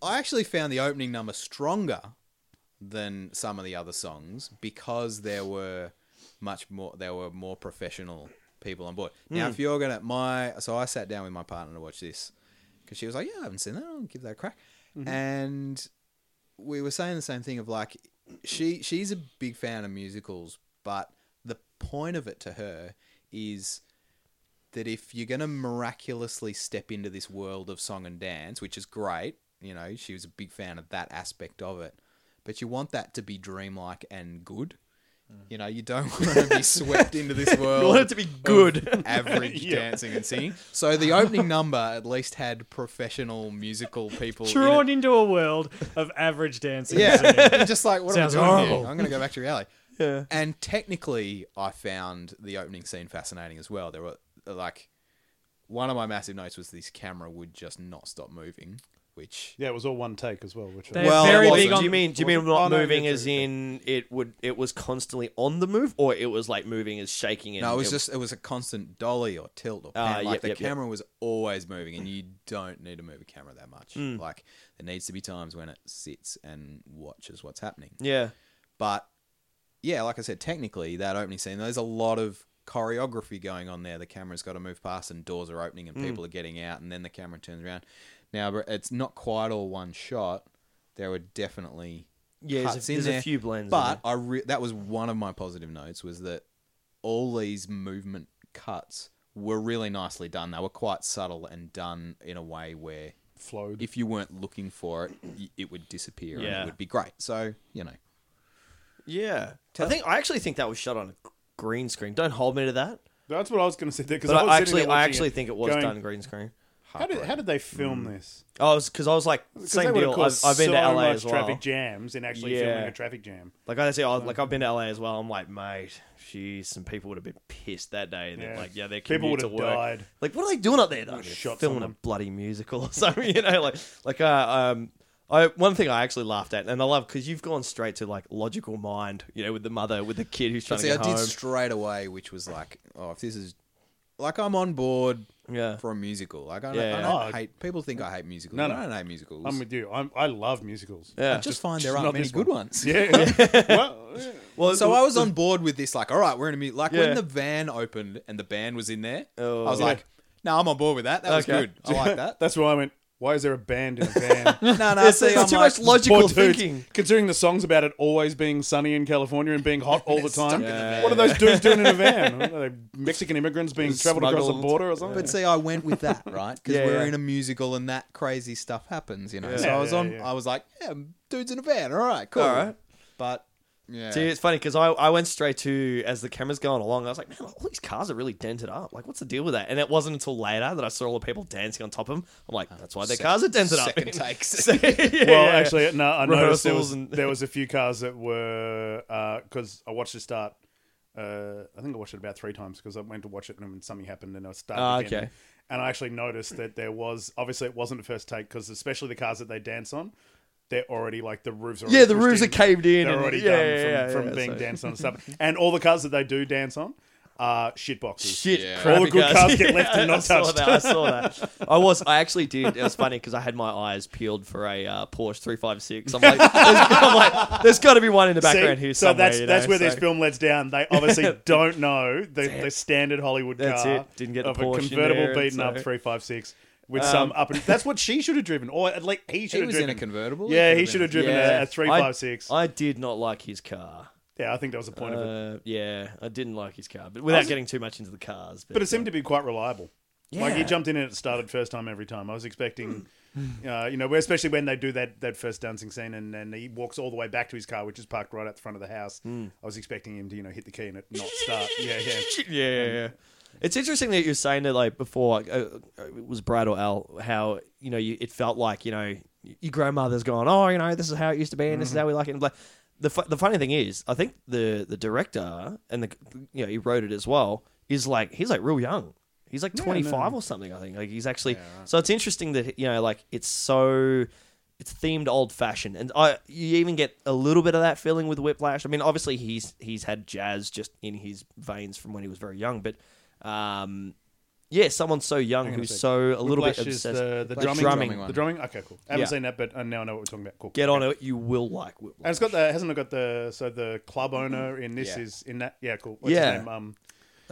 Speaker 5: I actually found the opening number stronger than some of the other songs because there were much more there were more professional people on board. Now, if you're gonna my so I sat down with my partner to watch this because she was like, "Yeah, I haven't seen that. I'll give that a crack," and we were saying the same thing of like she she's a big fan of musicals, but the point of it to her is that if you're going to miraculously step into this world of song and dance, which is great, you know, she was a big fan of that aspect of it, but you want that to be dreamlike and good. You know, you don't want to be swept into this world.
Speaker 4: Mm. you want it to be good.
Speaker 5: of average dancing and singing. So the opening number at least had professional musical people. in it.
Speaker 1: Drawn into a world of average dancing.
Speaker 5: Yeah, just like what
Speaker 1: Sounds
Speaker 5: am I doing
Speaker 1: horrible.
Speaker 5: Here? I'm going to go back to reality. Yeah. And technically, I found the opening scene fascinating as well. There were like one of my massive notes was this camera would just not stop moving, which
Speaker 3: Yeah, it was all one take as well. Which
Speaker 1: They-
Speaker 3: I,
Speaker 1: Well, very
Speaker 4: it
Speaker 1: big
Speaker 4: wasn't.
Speaker 1: on-
Speaker 4: Do you mean do you mean
Speaker 3: Oh,
Speaker 4: not
Speaker 3: no,
Speaker 4: moving
Speaker 3: yeah,
Speaker 4: as
Speaker 3: true, yeah.
Speaker 4: in it would it was constantly on the move or it was like moving as shaking and
Speaker 5: no, it was just it was a constant dolly or tilt or pan.
Speaker 4: Ah,
Speaker 5: like
Speaker 4: yep,
Speaker 5: the
Speaker 4: yep, yep.
Speaker 5: camera was always moving, and you don't need to move a camera that much. Like there needs to be times when it sits and watches what's happening.
Speaker 4: Yeah.
Speaker 5: But yeah, like I said, technically that opening scene, there's a lot of choreography going on there. The camera's got to move past, and doors are opening,
Speaker 4: Hmm.
Speaker 5: and people are getting out, and then the camera turns around. Now but it's not quite all one shot. There were definitely
Speaker 4: Yeah,
Speaker 5: cuts
Speaker 4: there's, a,
Speaker 5: in
Speaker 4: there's a
Speaker 5: there,
Speaker 4: few blends. in
Speaker 5: But I
Speaker 4: there.
Speaker 5: re- that was one of my positive notes was that all these movement cuts were really nicely done. They were quite subtle and done in a way where
Speaker 3: flowed.
Speaker 5: if you weren't looking for it, y- it would disappear and
Speaker 4: Yeah.
Speaker 5: it would be great. So you know,
Speaker 4: yeah. I think I actually think that was shot on a green screen. Don't hold me to that.
Speaker 3: That's what I was going to say there because
Speaker 4: But
Speaker 3: I,
Speaker 4: I,
Speaker 3: was sitting
Speaker 4: actually
Speaker 3: there
Speaker 4: I
Speaker 3: watching
Speaker 4: actually think it was
Speaker 3: going,
Speaker 4: done green screen.
Speaker 3: How did how did they film this?
Speaker 4: I was because I was like
Speaker 3: 'Cause they
Speaker 4: same
Speaker 3: would've
Speaker 4: deal. I've,
Speaker 3: caused
Speaker 4: I've been
Speaker 3: so
Speaker 4: to LA
Speaker 3: much
Speaker 4: as well.
Speaker 3: Traffic jams and actually filming
Speaker 4: Yeah.
Speaker 3: a traffic jam.
Speaker 4: Like I say, I was, like I've been to LA as well. I'm like, mate, geez, some people would have been pissed that day. That
Speaker 3: Yeah.
Speaker 4: like, yeah, their
Speaker 3: People
Speaker 4: commute
Speaker 3: would
Speaker 4: to
Speaker 3: have
Speaker 4: work.
Speaker 3: died.
Speaker 4: Like, what are they doing up there? Though?
Speaker 3: have shot
Speaker 4: filming
Speaker 3: someone.
Speaker 4: a bloody musical or something, you know? Like, like uh, um, I one thing I actually laughed at, and I love because you've gone straight to like logical mind, you know, with the mother, with the kid who's trying
Speaker 5: see,
Speaker 4: to
Speaker 5: I
Speaker 4: get home.
Speaker 5: did straight away, which was like, oh, if this is like I'm on board
Speaker 4: yeah,
Speaker 5: for a musical. Like I don't,
Speaker 4: Yeah.
Speaker 5: I don't
Speaker 3: Oh,
Speaker 5: hate people think I hate musicals.
Speaker 3: No, no.
Speaker 5: I don't hate musicals.
Speaker 3: I'm with you. I'm, I love musicals.
Speaker 4: yeah.
Speaker 5: I just find there
Speaker 3: just
Speaker 5: aren't
Speaker 3: not
Speaker 5: many
Speaker 3: this
Speaker 5: good
Speaker 3: one.
Speaker 5: ones.
Speaker 3: Yeah. well, yeah.
Speaker 4: well,
Speaker 5: So I was on board with this, like, all right, we're in a mu- like
Speaker 4: Yeah.
Speaker 5: when the van opened and the band was in there, I was
Speaker 4: Oh.
Speaker 5: like, no, I'm on board with that. That was
Speaker 4: Okay.
Speaker 5: good. I like that.
Speaker 3: That's why I went. Why is there a band in a van?
Speaker 5: No, no,
Speaker 4: It's,
Speaker 5: see, I'm
Speaker 4: it's too
Speaker 5: like,
Speaker 4: much logical
Speaker 3: Poor dudes.
Speaker 4: thinking.
Speaker 3: Considering the songs about it always being sunny in California and being hot all the
Speaker 5: Stuck
Speaker 3: time.
Speaker 5: in the
Speaker 4: van.
Speaker 3: What are those dudes doing in a van? Are they Mexican immigrants being travelled across the
Speaker 4: Smuggled.
Speaker 3: border or something?
Speaker 5: But see, I went with that, right? Because
Speaker 4: Yeah,
Speaker 5: we're
Speaker 4: yeah.
Speaker 5: in a musical and that crazy stuff happens, you know.
Speaker 4: Yeah.
Speaker 5: So I was
Speaker 3: Yeah,
Speaker 5: on.
Speaker 3: yeah.
Speaker 5: I was like, yeah, dudes in a van. All right, cool.
Speaker 4: All right.
Speaker 5: But yeah,
Speaker 4: See, it's funny because I, I went straight to as the camera's going along. I was like, man, all these cars are really dented up. Like, what's the deal with that? And it wasn't until later that I saw all the people dancing on top of them. I'm
Speaker 3: Ah,
Speaker 4: like, that's why their
Speaker 5: Sec-
Speaker 4: cars are dented
Speaker 5: second
Speaker 4: up.
Speaker 5: takes.
Speaker 4: So, yeah,
Speaker 3: well,
Speaker 4: yeah.
Speaker 3: actually, no. I noticed there
Speaker 4: Rehearsals
Speaker 3: was,
Speaker 4: and-
Speaker 3: there was a few cars that were because I watched the start. Uh, I think I watched it about three times because I went to watch it and then something happened and I started
Speaker 4: Ah,
Speaker 3: again.
Speaker 4: okay.
Speaker 3: And I actually noticed that there was obviously it wasn't the first take because especially the cars that they dance on, they're already like the roofs. Are
Speaker 4: yeah, the
Speaker 3: already
Speaker 4: roofs are
Speaker 3: pushed
Speaker 4: caved in.
Speaker 3: They're
Speaker 4: and,
Speaker 3: already
Speaker 4: yeah,
Speaker 3: done
Speaker 4: yeah,
Speaker 3: from,
Speaker 4: yeah,
Speaker 3: from
Speaker 4: yeah,
Speaker 3: being
Speaker 4: so-
Speaker 3: danced on and stuff. And all the cars that they do dance on are shit boxes.
Speaker 4: Shit,
Speaker 5: Yeah.
Speaker 4: crappy
Speaker 3: All the good cars get left and
Speaker 4: I
Speaker 3: not
Speaker 4: saw
Speaker 3: touched.
Speaker 4: that, I saw that. I was, I actually did. It was funny because I had my eyes peeled for a uh, Porsche 356. I'm like, there's, I'm like, there's got to be one in the background
Speaker 3: See?
Speaker 4: here
Speaker 3: so
Speaker 4: somewhere.
Speaker 3: that's
Speaker 4: you know,
Speaker 3: that's where
Speaker 4: so.
Speaker 3: this film lets down. They obviously don't know the, the standard Hollywood
Speaker 4: That's
Speaker 3: car
Speaker 4: it. Didn't get the
Speaker 3: of a
Speaker 4: Porsche in
Speaker 3: convertible
Speaker 4: there, and
Speaker 3: beaten up
Speaker 4: so- Um,
Speaker 3: three five six with some up and that's what she should have driven, or at least he should
Speaker 5: he
Speaker 3: have
Speaker 5: was
Speaker 3: driven.
Speaker 5: in a convertible.
Speaker 3: yeah,
Speaker 5: could've
Speaker 3: he
Speaker 5: been
Speaker 3: should
Speaker 5: a-
Speaker 3: have driven
Speaker 4: Yeah.
Speaker 3: a, a three five six.
Speaker 4: I did not like his car.
Speaker 3: Yeah, I think that was the point of it.
Speaker 4: Uh, yeah, I didn't like his car, but without
Speaker 3: was-
Speaker 4: getting too much into the cars. But,
Speaker 3: But it seemed to be quite reliable. Like he
Speaker 4: Yeah.
Speaker 3: jumped in and it started first time every time. I was expecting, uh, you know, especially when they do that, that first dancing scene and, and he walks all the way back to his car, which is parked right out the front of the house. I was expecting him to, you know, hit the key and it not start. yeah, yeah.
Speaker 4: yeah, yeah, yeah. um, It's interesting that you're saying that, like before, like, uh, uh, it was Brad or Al, how you know you, it felt like you know your grandmother's gone. Oh, you know, this is how it used to be, and this is how we like it. And like, the fu- the funny thing is, I think the the director and the you know he wrote it as well is like he's like real young. He's like 25 or something, I think. Like he's actually so it's interesting that you know like it's so it's themed old fashioned, and I you even get a little bit of that feeling with Whiplash. I mean, obviously he's he's had jazz just in his veins from when he was very young, but um, yeah, someone so young
Speaker 3: Hang on a
Speaker 4: who's
Speaker 3: sec.
Speaker 4: so a little bit
Speaker 3: Whiplash is
Speaker 4: obsessed.
Speaker 3: the, the
Speaker 4: Whiplash
Speaker 3: drumming,
Speaker 4: drumming.
Speaker 5: one.
Speaker 3: The drumming? Okay, cool. I haven't
Speaker 4: Yeah.
Speaker 3: seen that, but uh, now I know what we're talking about. Cool.
Speaker 4: Get on it, you will like Whiplash.
Speaker 3: And it's got the, hasn't it got the, so the club owner in this
Speaker 5: Yeah.
Speaker 3: is in that, yeah, cool. What's his
Speaker 4: Yeah.
Speaker 3: name? Um,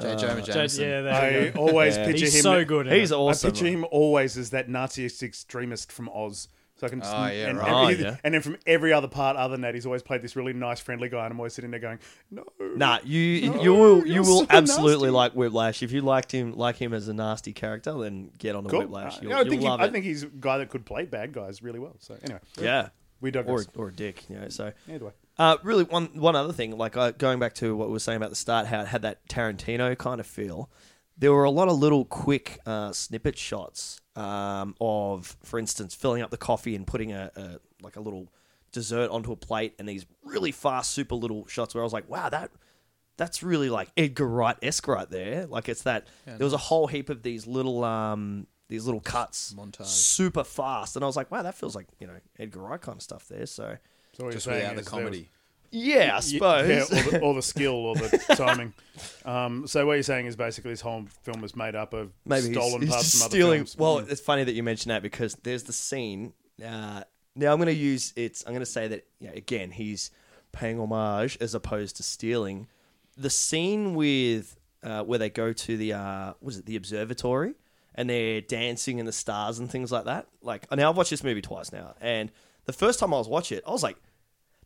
Speaker 5: J. Jonah
Speaker 1: So,
Speaker 5: Jameson.
Speaker 1: yeah, there
Speaker 3: I
Speaker 1: you go.
Speaker 3: always
Speaker 4: Yeah.
Speaker 3: picture
Speaker 1: He's
Speaker 3: him.
Speaker 1: so good. At
Speaker 4: He's
Speaker 1: it.
Speaker 4: awesome.
Speaker 3: I picture him always as that Naziist extremist from Oz. So I can just,
Speaker 5: Oh, yeah,
Speaker 3: and,
Speaker 5: right.
Speaker 3: and-
Speaker 4: Oh, yeah.
Speaker 3: and then from every other part other than that, he's always played this really nice, friendly guy, and I'm always sitting there going, "No,
Speaker 4: Nah, you
Speaker 3: No,
Speaker 4: you will
Speaker 3: Oh, you're
Speaker 4: you will
Speaker 3: so
Speaker 4: absolutely
Speaker 3: nasty.
Speaker 4: like Whiplash. If you liked him like him as a nasty character, then get on to
Speaker 3: cool."
Speaker 4: Whiplash.
Speaker 3: Uh,
Speaker 4: You'll,
Speaker 3: yeah, I
Speaker 4: you'll
Speaker 3: think he-
Speaker 4: love
Speaker 3: I
Speaker 4: it.
Speaker 3: think he's a guy that could play bad guys really well. So anyway,
Speaker 4: yeah,
Speaker 3: we digress.
Speaker 4: or or a dick. You know, so
Speaker 3: Either way,
Speaker 4: Uh, really, one one other thing, like uh, going back to what we were saying about the start, how it had that Tarantino kind of feel. There were a lot of little quick uh, snippet shots um, of, for instance, filling up the coffee and putting a, a like a little dessert onto a plate, and these really fast, super little shots where I was like, "Wow, that that's really like Edgar Wright esque right there. Like it's that there was a whole heap of these little um these little cuts
Speaker 5: Montage.
Speaker 4: super fast, and I was like, wow, that feels like you know Edgar Wright kind of stuff there. So
Speaker 3: So what
Speaker 5: Just
Speaker 3: you're
Speaker 5: without
Speaker 3: saying
Speaker 5: the
Speaker 3: is there was-
Speaker 5: comedy.
Speaker 4: yeah, I suppose.
Speaker 3: Yeah, or the, or the skill or the timing. Um, so what you're saying is basically this whole film is made up of
Speaker 4: maybe he's-
Speaker 3: stolen
Speaker 4: he's,
Speaker 3: parts
Speaker 4: just
Speaker 3: from other
Speaker 4: stealing.
Speaker 3: films. Hmm.
Speaker 4: Well, it's funny that you mentioned that because there's the scene. Uh, now I'm going to use it's. I'm going to say that you know, again. He's paying homage as opposed to stealing. The scene with uh, where they go to the uh, was it the observatory and they're dancing in the stars and things like that. Like now I've watched this movie twice now, and the first time I was watching it, I was like.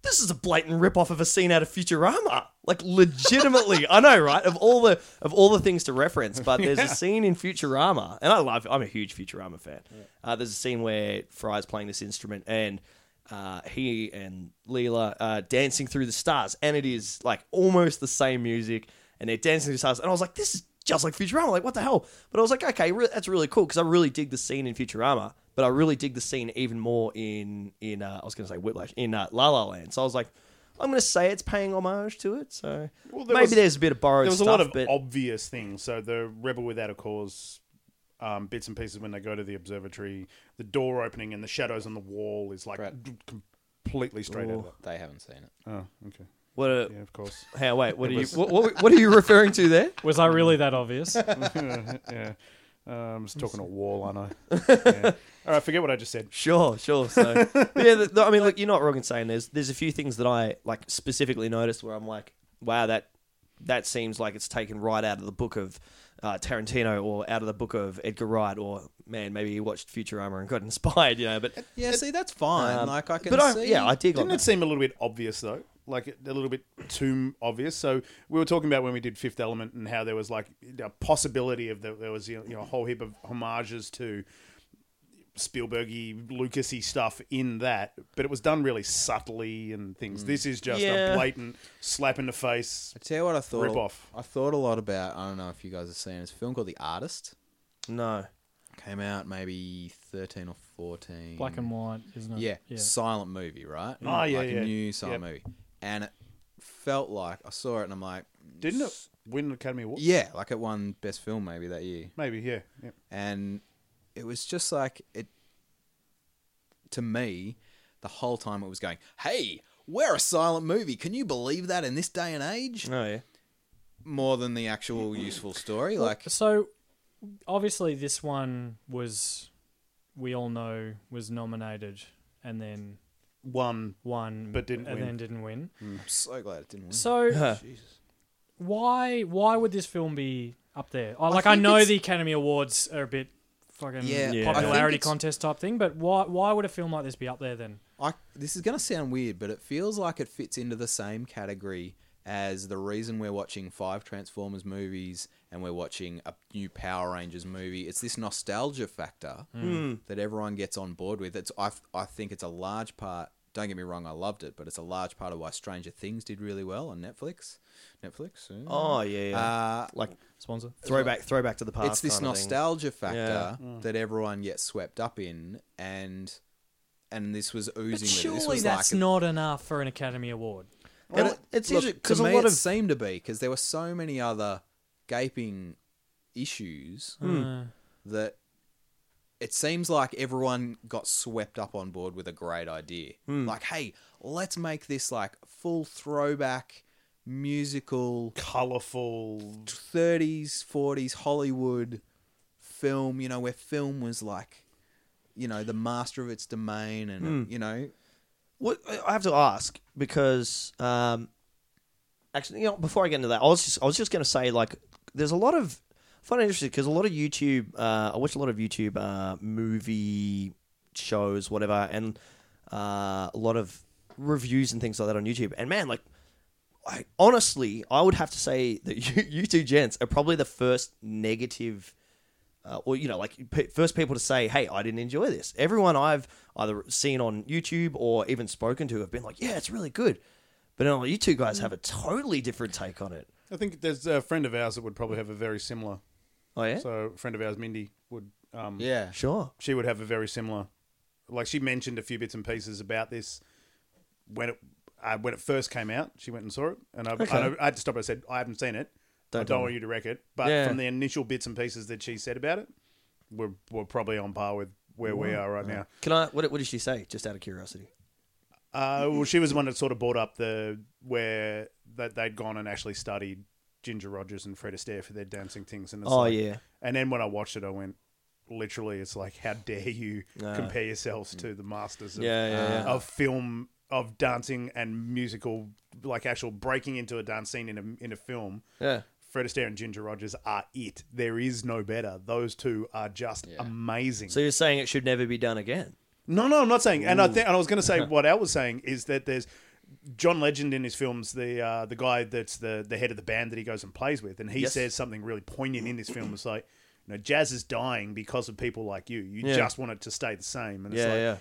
Speaker 4: This is a blatant rip-off of a scene out of Futurama. Like legitimately, I know, right? Of all the of all the things to reference, but there's a scene in Futurama, and I love. I'm a huge Futurama fan. Uh, there's a scene where Fry's playing this instrument, and uh, he and Leela are dancing through the stars, and it is like almost the same music, and they're dancing through the stars, and I was like, this is just like Futurama. Like, what the hell? But I was like, okay, re- that's really cool because I really dig the scene in Futurama, but I really dig the scene even more in in uh, I was going to say Whiplash in uh, La La Land. So I was like, I'm going to say it's paying homage to it. So
Speaker 3: Well, there
Speaker 4: maybe
Speaker 3: was-
Speaker 4: there's a bit of borrowed
Speaker 3: there was
Speaker 4: stuff,
Speaker 3: a lot of
Speaker 4: but
Speaker 3: obvious things. So the Rebel Without a Cause um, bits and pieces when they go to the observatory, the door opening and the shadows on the wall is like
Speaker 5: Right.
Speaker 3: d- completely straight out of
Speaker 5: They haven't seen it.
Speaker 3: that. Oh, okay.
Speaker 4: what? A,
Speaker 3: Yeah, of course.
Speaker 4: Hey, wait, what are you? What, what, what are you referring to there?
Speaker 1: Was I really that obvious?
Speaker 3: yeah. Uh, I'm just talking a wall, aren't I? Yeah. All right, forget what I just said.
Speaker 4: Sure, sure. So yeah, th- I mean, look, you're not wrong in saying there's there's a few things that I like specifically noticed where I'm like, wow, that that seems like it's taken right out of the book of uh, Tarantino or out of the book of Edgar Wright or man, maybe he watched Futurama and got inspired, you know. But
Speaker 5: Yeah, see, that's fine.
Speaker 4: um,
Speaker 5: like I can
Speaker 4: but I-
Speaker 5: see.
Speaker 4: yeah, I dig on
Speaker 3: Didn't it
Speaker 4: that.
Speaker 3: seem a little bit obvious though? Like a little bit too obvious. So we were talking about when we did Fifth Element and how there was like a possibility of that there was you know a whole heap of homages to Spielbergy, Lucasy stuff in that, but it was done really subtly and things. This is just
Speaker 4: Mm. Yeah.
Speaker 3: a blatant slap in the face.
Speaker 5: I tell you what, I thought.
Speaker 3: Rip off.
Speaker 5: I thought a lot about. I don't know if you guys have seen. it. It's a film called The Artist.
Speaker 4: no,
Speaker 5: Came out maybe thirteen or fourteen.
Speaker 1: Black and white, isn't it?
Speaker 5: Yeah,
Speaker 1: Yeah.
Speaker 5: silent movie, right?
Speaker 3: Oh, yeah,
Speaker 5: like
Speaker 3: yeah.
Speaker 5: a new silent
Speaker 3: Yep.
Speaker 5: movie, and it felt like I saw it and I'm like,
Speaker 3: Didn't it win an Academy Award?
Speaker 5: yeah, like it won best film maybe that year,
Speaker 3: Maybe, yeah. yeah.
Speaker 5: and it was just like it. To me, the whole time it was going, hey. We're a silent movie. Can you believe that in this day and age?
Speaker 4: no, yeah.
Speaker 5: More than the actual useful story, like
Speaker 1: So, obviously, this one was, we all know, was nominated and then
Speaker 3: One.
Speaker 1: won,
Speaker 3: But didn't
Speaker 1: and
Speaker 3: win. Hmm.
Speaker 1: then didn't win.
Speaker 5: I'm so glad it didn't win.
Speaker 1: So, why why would this film be up there? I, like, I,
Speaker 5: think
Speaker 1: know
Speaker 5: it's-
Speaker 1: the Academy Awards are a bit fucking
Speaker 5: Yeah,
Speaker 4: Yeah. I think
Speaker 1: popularity
Speaker 5: it's-
Speaker 1: contest type thing, but why why would a film like this be up there then?
Speaker 5: I this is going to sound weird, but it feels like it fits into the same category as the reason we're watching five Transformers movies and we're watching a new Power Rangers movie. It's this nostalgia factor
Speaker 4: Hmm.
Speaker 5: that everyone gets on board with. It's I I think it's a large part. Don't get me wrong, I loved it, but it's a large part of why Stranger Things did really well on Netflix. Netflix. yeah.
Speaker 4: oh yeah, yeah.
Speaker 5: Uh,
Speaker 4: like
Speaker 1: Sponsor.
Speaker 4: throwback, throwback to the past.
Speaker 5: it's this
Speaker 4: kind of thing.
Speaker 5: nostalgia factor
Speaker 4: Yeah.
Speaker 1: Mm.
Speaker 5: that everyone gets swept up in, and and this was oozing. with
Speaker 1: But
Speaker 5: it.
Speaker 1: surely
Speaker 5: this was
Speaker 1: that's
Speaker 5: like a-
Speaker 1: not enough for an Academy Award.
Speaker 4: And
Speaker 5: Well,
Speaker 4: it- it's
Speaker 5: look,
Speaker 4: interesting
Speaker 5: to
Speaker 4: because a
Speaker 5: me
Speaker 4: lot
Speaker 5: it
Speaker 4: of
Speaker 5: seemed to be because there were so many other gaping issues
Speaker 4: Hmm.
Speaker 1: Uh,
Speaker 5: that it seems like everyone got swept up on board with a great idea.
Speaker 4: Hmm.
Speaker 5: Like, hey, let's make this like full throwback musical
Speaker 3: Colourful.
Speaker 5: 30s, 40s Hollywood film, you know, where film was like, you know, the master of its domain
Speaker 4: Hmm.
Speaker 5: and, you know,
Speaker 4: What I have to ask because um, actually, you know, before I get into that, I was just I was just going to say like, there's a lot of I find it interesting because a lot of YouTube. Uh, I watch a lot of YouTube uh, movie shows, whatever, and uh, a lot of reviews and things like that on YouTube. And man, like. I, honestly, I would have to say that you, you two gents are probably the first negative uh, or you know, like p- first people to say, "Hey, I didn't enjoy this." Everyone I've either seen on YouTube or even spoken to have been like, "Yeah, it's really good," but no, you two guys have a totally different take on it.
Speaker 3: I think there's a friend of ours that would probably have a very similar.
Speaker 4: Oh yeah,
Speaker 3: So a friend of ours, Mindy, would um,
Speaker 5: yeah.
Speaker 4: sure.
Speaker 3: she would have a very similar like she mentioned a few bits and pieces about this when it uh, when it first came out, she went and saw it, and I, I, I had to stop her. I said, "I haven't seen it. I don't want you to wreck it." But
Speaker 4: Yeah.
Speaker 3: from the initial bits and pieces that she said about it, we're we're probably on par with where we are right now.
Speaker 4: Can I? What, what did she say? Just out of curiosity.
Speaker 3: Uh,
Speaker 4: Mm-hmm.
Speaker 3: well, she was the one that sort of brought up the where that they'd gone and actually studied Ginger Rogers and Fred Astaire for their dancing things. And it's
Speaker 4: Oh,
Speaker 3: like-
Speaker 4: yeah.
Speaker 3: And then when I watched it, I went, literally, it's like, how dare you compare yourselves to the masters of,
Speaker 4: Yeah, yeah, yeah.
Speaker 3: of film of dancing and musical, like actual breaking into a dance scene in a in a film.
Speaker 4: Yeah.
Speaker 3: Fred Astaire and Ginger Rogers are it. There is no better. Those two are just amazing.
Speaker 4: So you're saying it should never be done again?
Speaker 3: No, no, I'm not saying. And I think, and I was going to say what Al was saying is that there's John Legend in his films, the uh, the guy that's the the head of the band that he goes and plays with, and he
Speaker 4: Yes.
Speaker 3: says something really poignant in this film. It's like, you know, jazz is dying because of people like you. You
Speaker 4: Yeah.
Speaker 3: just want it to stay the same. And it's
Speaker 4: Yeah,
Speaker 3: like,
Speaker 4: yeah.
Speaker 3: it-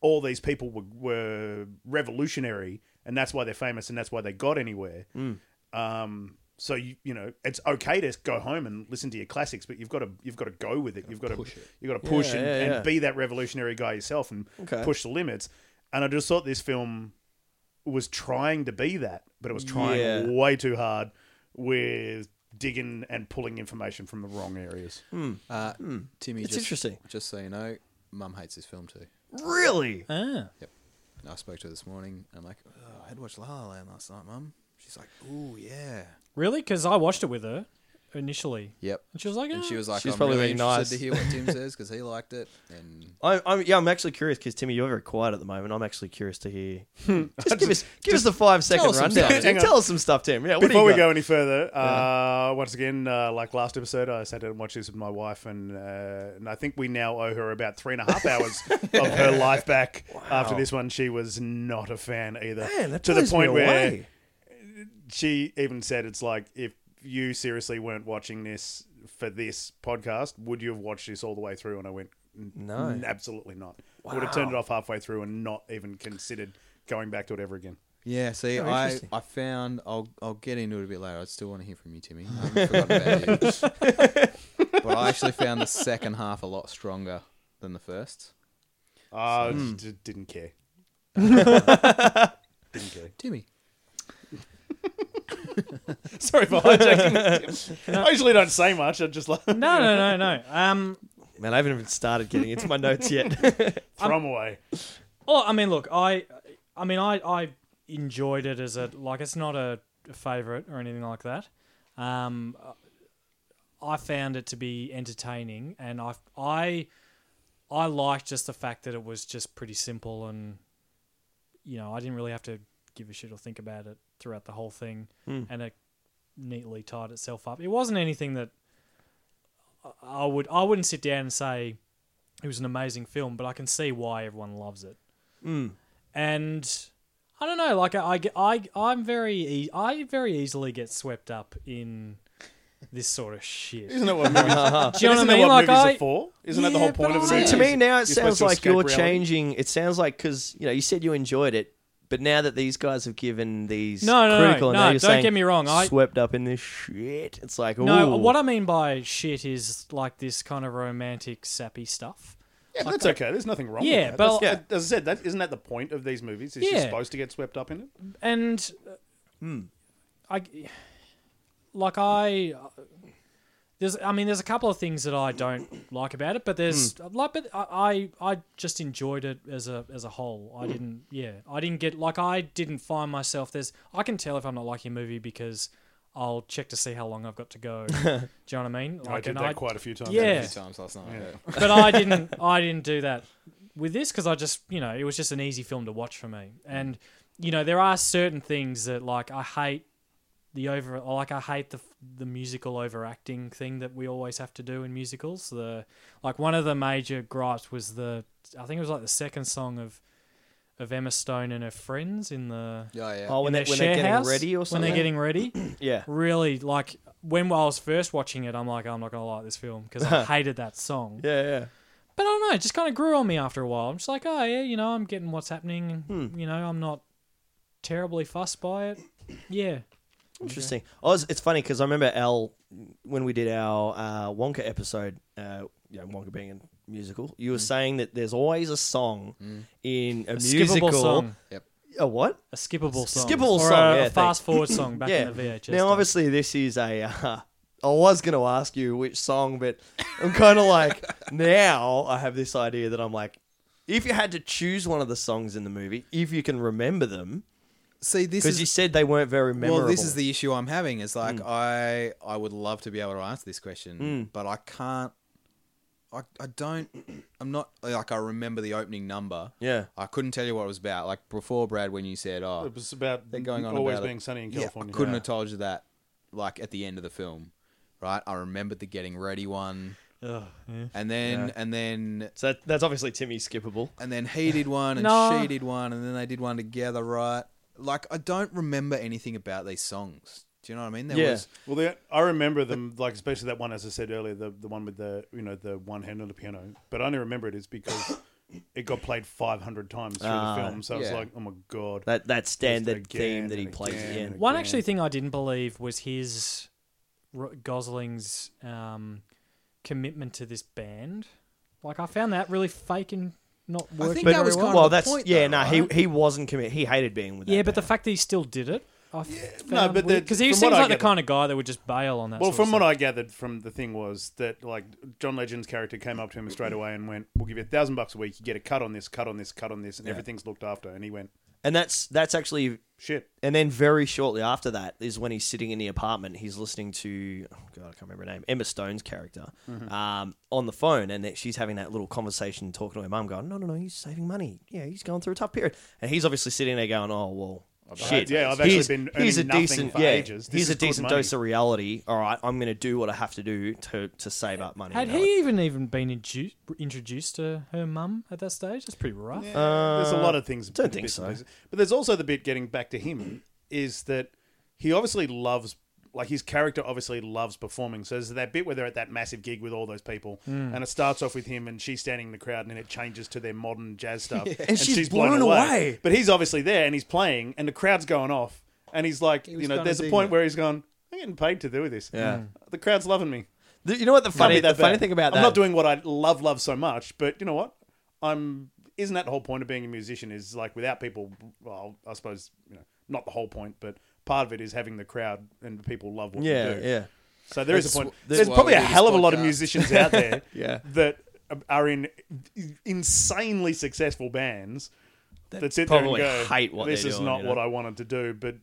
Speaker 3: all these people were, were revolutionary, and that's why they're famous, and that's why they got anywhere.
Speaker 4: Mm.
Speaker 3: Um, so you you know it's okay to go home and listen to your classics, but you've got to you've got to go with it. You've got to you've got to push
Speaker 4: Yeah,
Speaker 3: and,
Speaker 4: yeah,
Speaker 3: and
Speaker 4: yeah.
Speaker 3: be that revolutionary guy yourself and
Speaker 4: Okay.
Speaker 3: push the limits. And I just thought this film was trying to be that, but it was trying
Speaker 4: Yeah.
Speaker 3: way too hard with digging and pulling information from the wrong areas.
Speaker 4: Hmm.
Speaker 5: Uh, Timmy,
Speaker 4: It's
Speaker 5: just,
Speaker 4: interesting.
Speaker 5: Just so you know, Mum hates this film too.
Speaker 4: Really?
Speaker 1: Ah.
Speaker 5: Yep. And I spoke to her this morning. And I'm like, oh, I had watched La La Land last night, Mum. She's like, ooh, yeah.
Speaker 1: Really? Because I watched it with her initially.
Speaker 5: Yep.
Speaker 1: And she was like,
Speaker 5: And
Speaker 1: "Ah."
Speaker 5: she was like,
Speaker 4: She's
Speaker 5: I'm
Speaker 4: probably
Speaker 5: really
Speaker 4: being
Speaker 5: interested
Speaker 4: nice.
Speaker 5: to hear what Tim says because he liked it. And
Speaker 4: I, I'm yeah. I'm actually curious because Timmy, you're very quiet at the moment. I'm actually curious to hear. just give us give us the five second
Speaker 5: tell us some
Speaker 4: rundown.
Speaker 5: stuff.
Speaker 4: Tim.
Speaker 3: Hang on.
Speaker 4: Tell us some stuff, Tim. Yeah. What
Speaker 3: Before
Speaker 4: do
Speaker 3: we
Speaker 4: you
Speaker 3: go
Speaker 4: got?
Speaker 3: any further, uh, once again, uh, like last episode, I sat down and watched this with my wife, and uh, and I think we now owe her about three and a half hours of her life back. After this one, she was not a fan either.
Speaker 4: Man, that
Speaker 3: to the
Speaker 4: blows me
Speaker 3: point where
Speaker 4: away.
Speaker 3: she even said, "It's like if you seriously weren't watching this for this podcast, would you have watched this all the way through?" And I went, "N-
Speaker 4: No.
Speaker 3: n- absolutely not. I would have turned it off halfway through and not even considered going back to it ever again."
Speaker 5: yeah, see,
Speaker 4: Oh,
Speaker 5: I,
Speaker 4: interesting.
Speaker 5: I found, I'll, I'll get into it a bit later. I still want to hear from you, Timmy. I haven't forgotten about you. but I actually found the second half a lot stronger than the first.
Speaker 3: I Ah,
Speaker 1: Hmm.
Speaker 3: d- didn't care. didn't care.
Speaker 5: Timmy.
Speaker 3: Sorry for hijacking. I usually don't say much. I just like
Speaker 1: no, no, no, no. Um,
Speaker 4: Man, I haven't even started getting into my notes yet.
Speaker 3: throw 'em away.
Speaker 1: Oh, I mean, look, I, I mean, I, I enjoyed it as a like. It's not a favorite or anything like that. Um, I found it to be entertaining, and I, I, I liked just the fact that it was just pretty simple, and you know, I didn't really have to give a shit or think about it throughout the whole thing, and it neatly tied itself up. It wasn't anything that I- I would, I wouldn't sit down and say it was an amazing film, but I can see why everyone loves it. And I don't know, like I, I, I am very, e- I very easily get swept up in this sort of shit.
Speaker 3: Isn't that what movies?
Speaker 1: Do you know
Speaker 3: isn't
Speaker 1: what
Speaker 3: that
Speaker 1: I mean?
Speaker 3: what
Speaker 1: Like
Speaker 3: movies
Speaker 1: I,
Speaker 3: are for? Isn't that the whole
Speaker 1: Yeah,
Speaker 3: point
Speaker 1: but
Speaker 3: of a
Speaker 1: I-
Speaker 3: movie?
Speaker 4: See, to me now, it
Speaker 3: You're supposed
Speaker 4: sounds
Speaker 3: to
Speaker 4: like
Speaker 3: escape
Speaker 4: you're
Speaker 3: reality.
Speaker 4: changing. It sounds like because you know you said you enjoyed it, but now that these guys have given these
Speaker 1: No, no, no,
Speaker 4: critical, and
Speaker 1: no,
Speaker 4: now you're
Speaker 1: don't
Speaker 4: saying
Speaker 1: get me wrong, I-
Speaker 4: swept up in this shit. It's like ooh.
Speaker 1: no, what I mean by shit is like this kind of romantic sappy stuff.
Speaker 3: Yeah, but that's okay. There's nothing wrong.
Speaker 1: Yeah,
Speaker 3: with that.
Speaker 1: but-
Speaker 3: That's- as I said, that isn't that the point of these movies? Is you're
Speaker 1: Yeah.
Speaker 3: supposed to get swept up in it.
Speaker 1: and uh,
Speaker 3: Hmm.
Speaker 1: I like I uh, there's I mean there's a couple of things that I don't like about it, but there's
Speaker 3: Hmm.
Speaker 1: uh, like but I, I I just enjoyed it as a as a whole. I didn't yeah I didn't get like I didn't find myself there's I can tell if I'm not liking a movie because. I'll check to see how long I've got to go. Do you know what I mean?
Speaker 3: I did
Speaker 1: and
Speaker 3: that quite a few times.
Speaker 1: Yeah.
Speaker 5: A few times last night. yeah.
Speaker 1: but I didn't. I didn't do that with this because I just, you know, it was just an easy film to watch for me. And you know, there are certain things that like I hate the over, like I hate the the musical overacting thing that we always have to do in musicals. The like one of the major gripes was the I think it was like the second song of of Emma Stone and her friends in the
Speaker 5: Yeah, yeah.
Speaker 4: Oh, when,
Speaker 1: in
Speaker 4: they,
Speaker 1: their
Speaker 4: when
Speaker 1: share
Speaker 4: they're getting
Speaker 1: house,
Speaker 4: ready or
Speaker 1: when
Speaker 4: something.
Speaker 1: they're getting ready
Speaker 4: yeah.
Speaker 1: really like when I was first watching it I'm like I'm not gonna like this film because I hated that song
Speaker 4: Yeah, yeah.
Speaker 1: but I don't know, it just kind of grew on me after a while. I'm just like, oh yeah, you know, I'm getting what's happening, and
Speaker 3: Hmm.
Speaker 1: you know, I'm not terribly fussed by it. Yeah,
Speaker 4: Interesting. I was, it's funny because I remember Al when we did our uh, Wonka episode. Uh, you know, Wonka being a musical. You were saying that there's always a song in
Speaker 1: Mm.
Speaker 4: a,
Speaker 1: a skippable
Speaker 4: musical
Speaker 1: song.
Speaker 5: Yep.
Speaker 4: A what?
Speaker 1: A skippable song. or
Speaker 4: Skippable song,
Speaker 1: A,
Speaker 4: yeah,
Speaker 1: a
Speaker 4: thank-
Speaker 1: fast forward song back in the VHS.
Speaker 4: Now,
Speaker 1: days.
Speaker 4: obviously, this is a. Uh, I was going to ask you which song, but I'm kind of like now I have this idea that I'm like, if you had to choose one of the songs in the movie, if you can remember them,
Speaker 5: See, this
Speaker 4: because
Speaker 5: is
Speaker 4: you said they weren't very memorable.
Speaker 5: Well, this is the issue I'm having. Is like I I would love to be able to answer this question, but I can't. I I don't. I'm not like I remember the opening number.
Speaker 4: Yeah.
Speaker 5: I couldn't tell you what it was about. Like before, Brad, when you said, "Oh,
Speaker 3: It was about
Speaker 5: they're going on
Speaker 3: always
Speaker 5: about it.
Speaker 3: being sunny in
Speaker 5: Yeah,
Speaker 3: California.
Speaker 5: I couldn't have told you that. Like at the end of the film, right? I remembered the getting ready one,
Speaker 1: Ugh, yeah.
Speaker 5: and then and then
Speaker 4: so that, that's obviously Timmy skippable.
Speaker 5: and then he did one and
Speaker 1: No.
Speaker 5: she did one and then they did one together, right? Like I don't remember anything about these songs. Do you know what I mean? There
Speaker 4: Yeah.
Speaker 5: was
Speaker 3: Well, they, I remember them like especially that one as I said earlier, the the one with the you know the one hand on the piano. But I only remember it is because it got played 500 times through
Speaker 4: Ah,
Speaker 3: the film. So it's
Speaker 5: yeah.
Speaker 3: like, oh my god,
Speaker 4: That that standard
Speaker 3: Just
Speaker 4: theme
Speaker 3: again
Speaker 4: that he
Speaker 3: and
Speaker 4: plays at the
Speaker 3: again.
Speaker 4: end.
Speaker 1: One
Speaker 3: Yeah.
Speaker 1: actually thing I didn't believe was his Ro- Gosling's um, commitment to this band. Like I found that really fake and not working.
Speaker 5: think
Speaker 1: very
Speaker 5: that was
Speaker 1: well.
Speaker 5: kind of
Speaker 4: well,
Speaker 5: the
Speaker 4: that's
Speaker 5: point,
Speaker 4: yeah.
Speaker 5: though,
Speaker 4: No,
Speaker 5: right?
Speaker 4: he he wasn't committed. He hated being with.
Speaker 1: yeah,
Speaker 4: that
Speaker 1: but the
Speaker 4: band.
Speaker 1: fact that he still did it, I
Speaker 3: no,
Speaker 1: no, but
Speaker 3: but
Speaker 1: because he
Speaker 3: the- from
Speaker 1: seems
Speaker 3: what I
Speaker 1: like the
Speaker 3: gather-
Speaker 1: kind of guy that would just bail on that.
Speaker 3: Well,
Speaker 1: sort
Speaker 3: from
Speaker 1: of
Speaker 3: what I gathered from the thing was that like John Legend's character came up to him straight away and went, "We'll give you a thousand bucks a week. You get a cut on this, cut on this, cut on this, and everything's looked after." And he went,
Speaker 4: and that's that's actually
Speaker 3: "Shit."
Speaker 4: And then very shortly after that is when he's sitting in the apartment. He's listening to oh God, I can't remember her name, Emma Stone's character,
Speaker 3: Mm-hmm.
Speaker 4: um, on the phone, and that she's having that little conversation, talking to her mum, going, "No, no, no, he's saving money. Yeah, he's going through a tough period." And he's obviously sitting there going, "Oh well, shit.
Speaker 3: Yeah, I've
Speaker 4: he's,
Speaker 3: actually been
Speaker 4: he's a
Speaker 3: earning nothing
Speaker 4: decent,
Speaker 3: for
Speaker 4: yeah,
Speaker 3: ages. This
Speaker 4: he's a
Speaker 3: is good
Speaker 4: decent
Speaker 3: money."
Speaker 4: dose of reality. All right, I'm going to do what I have to do to to save up money."
Speaker 1: Had
Speaker 4: you know?
Speaker 1: he even even been indu- introduced to her mum at that stage? That's pretty rough.
Speaker 3: there's a lot of things.
Speaker 4: don't think
Speaker 3: bits and
Speaker 4: so.
Speaker 3: pieces. But there's also the bit getting back to him is that he obviously loves, like his character obviously loves performing. So there's that bit where they're at that massive gig with all those people,
Speaker 4: Hmm.
Speaker 3: and it starts off with him and she's standing in the crowd, and then it changes to their modern jazz stuff, and,
Speaker 4: she's blown away.
Speaker 3: But he's obviously there and he's playing, and the crowd's going off, and he's like,
Speaker 5: was
Speaker 3: you know,
Speaker 5: kinda
Speaker 3: there's a
Speaker 5: digging
Speaker 3: point
Speaker 5: it.
Speaker 3: where he's gone, I'm getting paid to do this.
Speaker 4: Yeah.
Speaker 3: the crowd's loving me.
Speaker 4: The- you know what the
Speaker 3: Can't
Speaker 4: funny
Speaker 3: be that
Speaker 4: the funny
Speaker 3: bad.
Speaker 4: thing about that?
Speaker 3: I'm not doing what I love love so much, but you know what? I'm isn't that the whole point of being a musician is like without people well, I suppose, you know, not the whole point, but part of it is having the crowd and people love what
Speaker 4: Yeah,
Speaker 3: you do.
Speaker 4: yeah.
Speaker 3: So there is
Speaker 5: That's
Speaker 3: a point.
Speaker 5: wh- that's
Speaker 3: There's
Speaker 5: why
Speaker 3: probably
Speaker 5: we
Speaker 3: a
Speaker 5: do this
Speaker 3: hell of a lot of
Speaker 5: podcast.
Speaker 3: musicians out there
Speaker 4: Yeah.
Speaker 3: that are in insanely successful bands that, sit
Speaker 4: probably
Speaker 3: there and go,
Speaker 4: hate what
Speaker 3: this
Speaker 4: they're
Speaker 3: is
Speaker 4: doing,
Speaker 3: not
Speaker 4: you
Speaker 3: what
Speaker 4: know?
Speaker 3: I wanted to do, but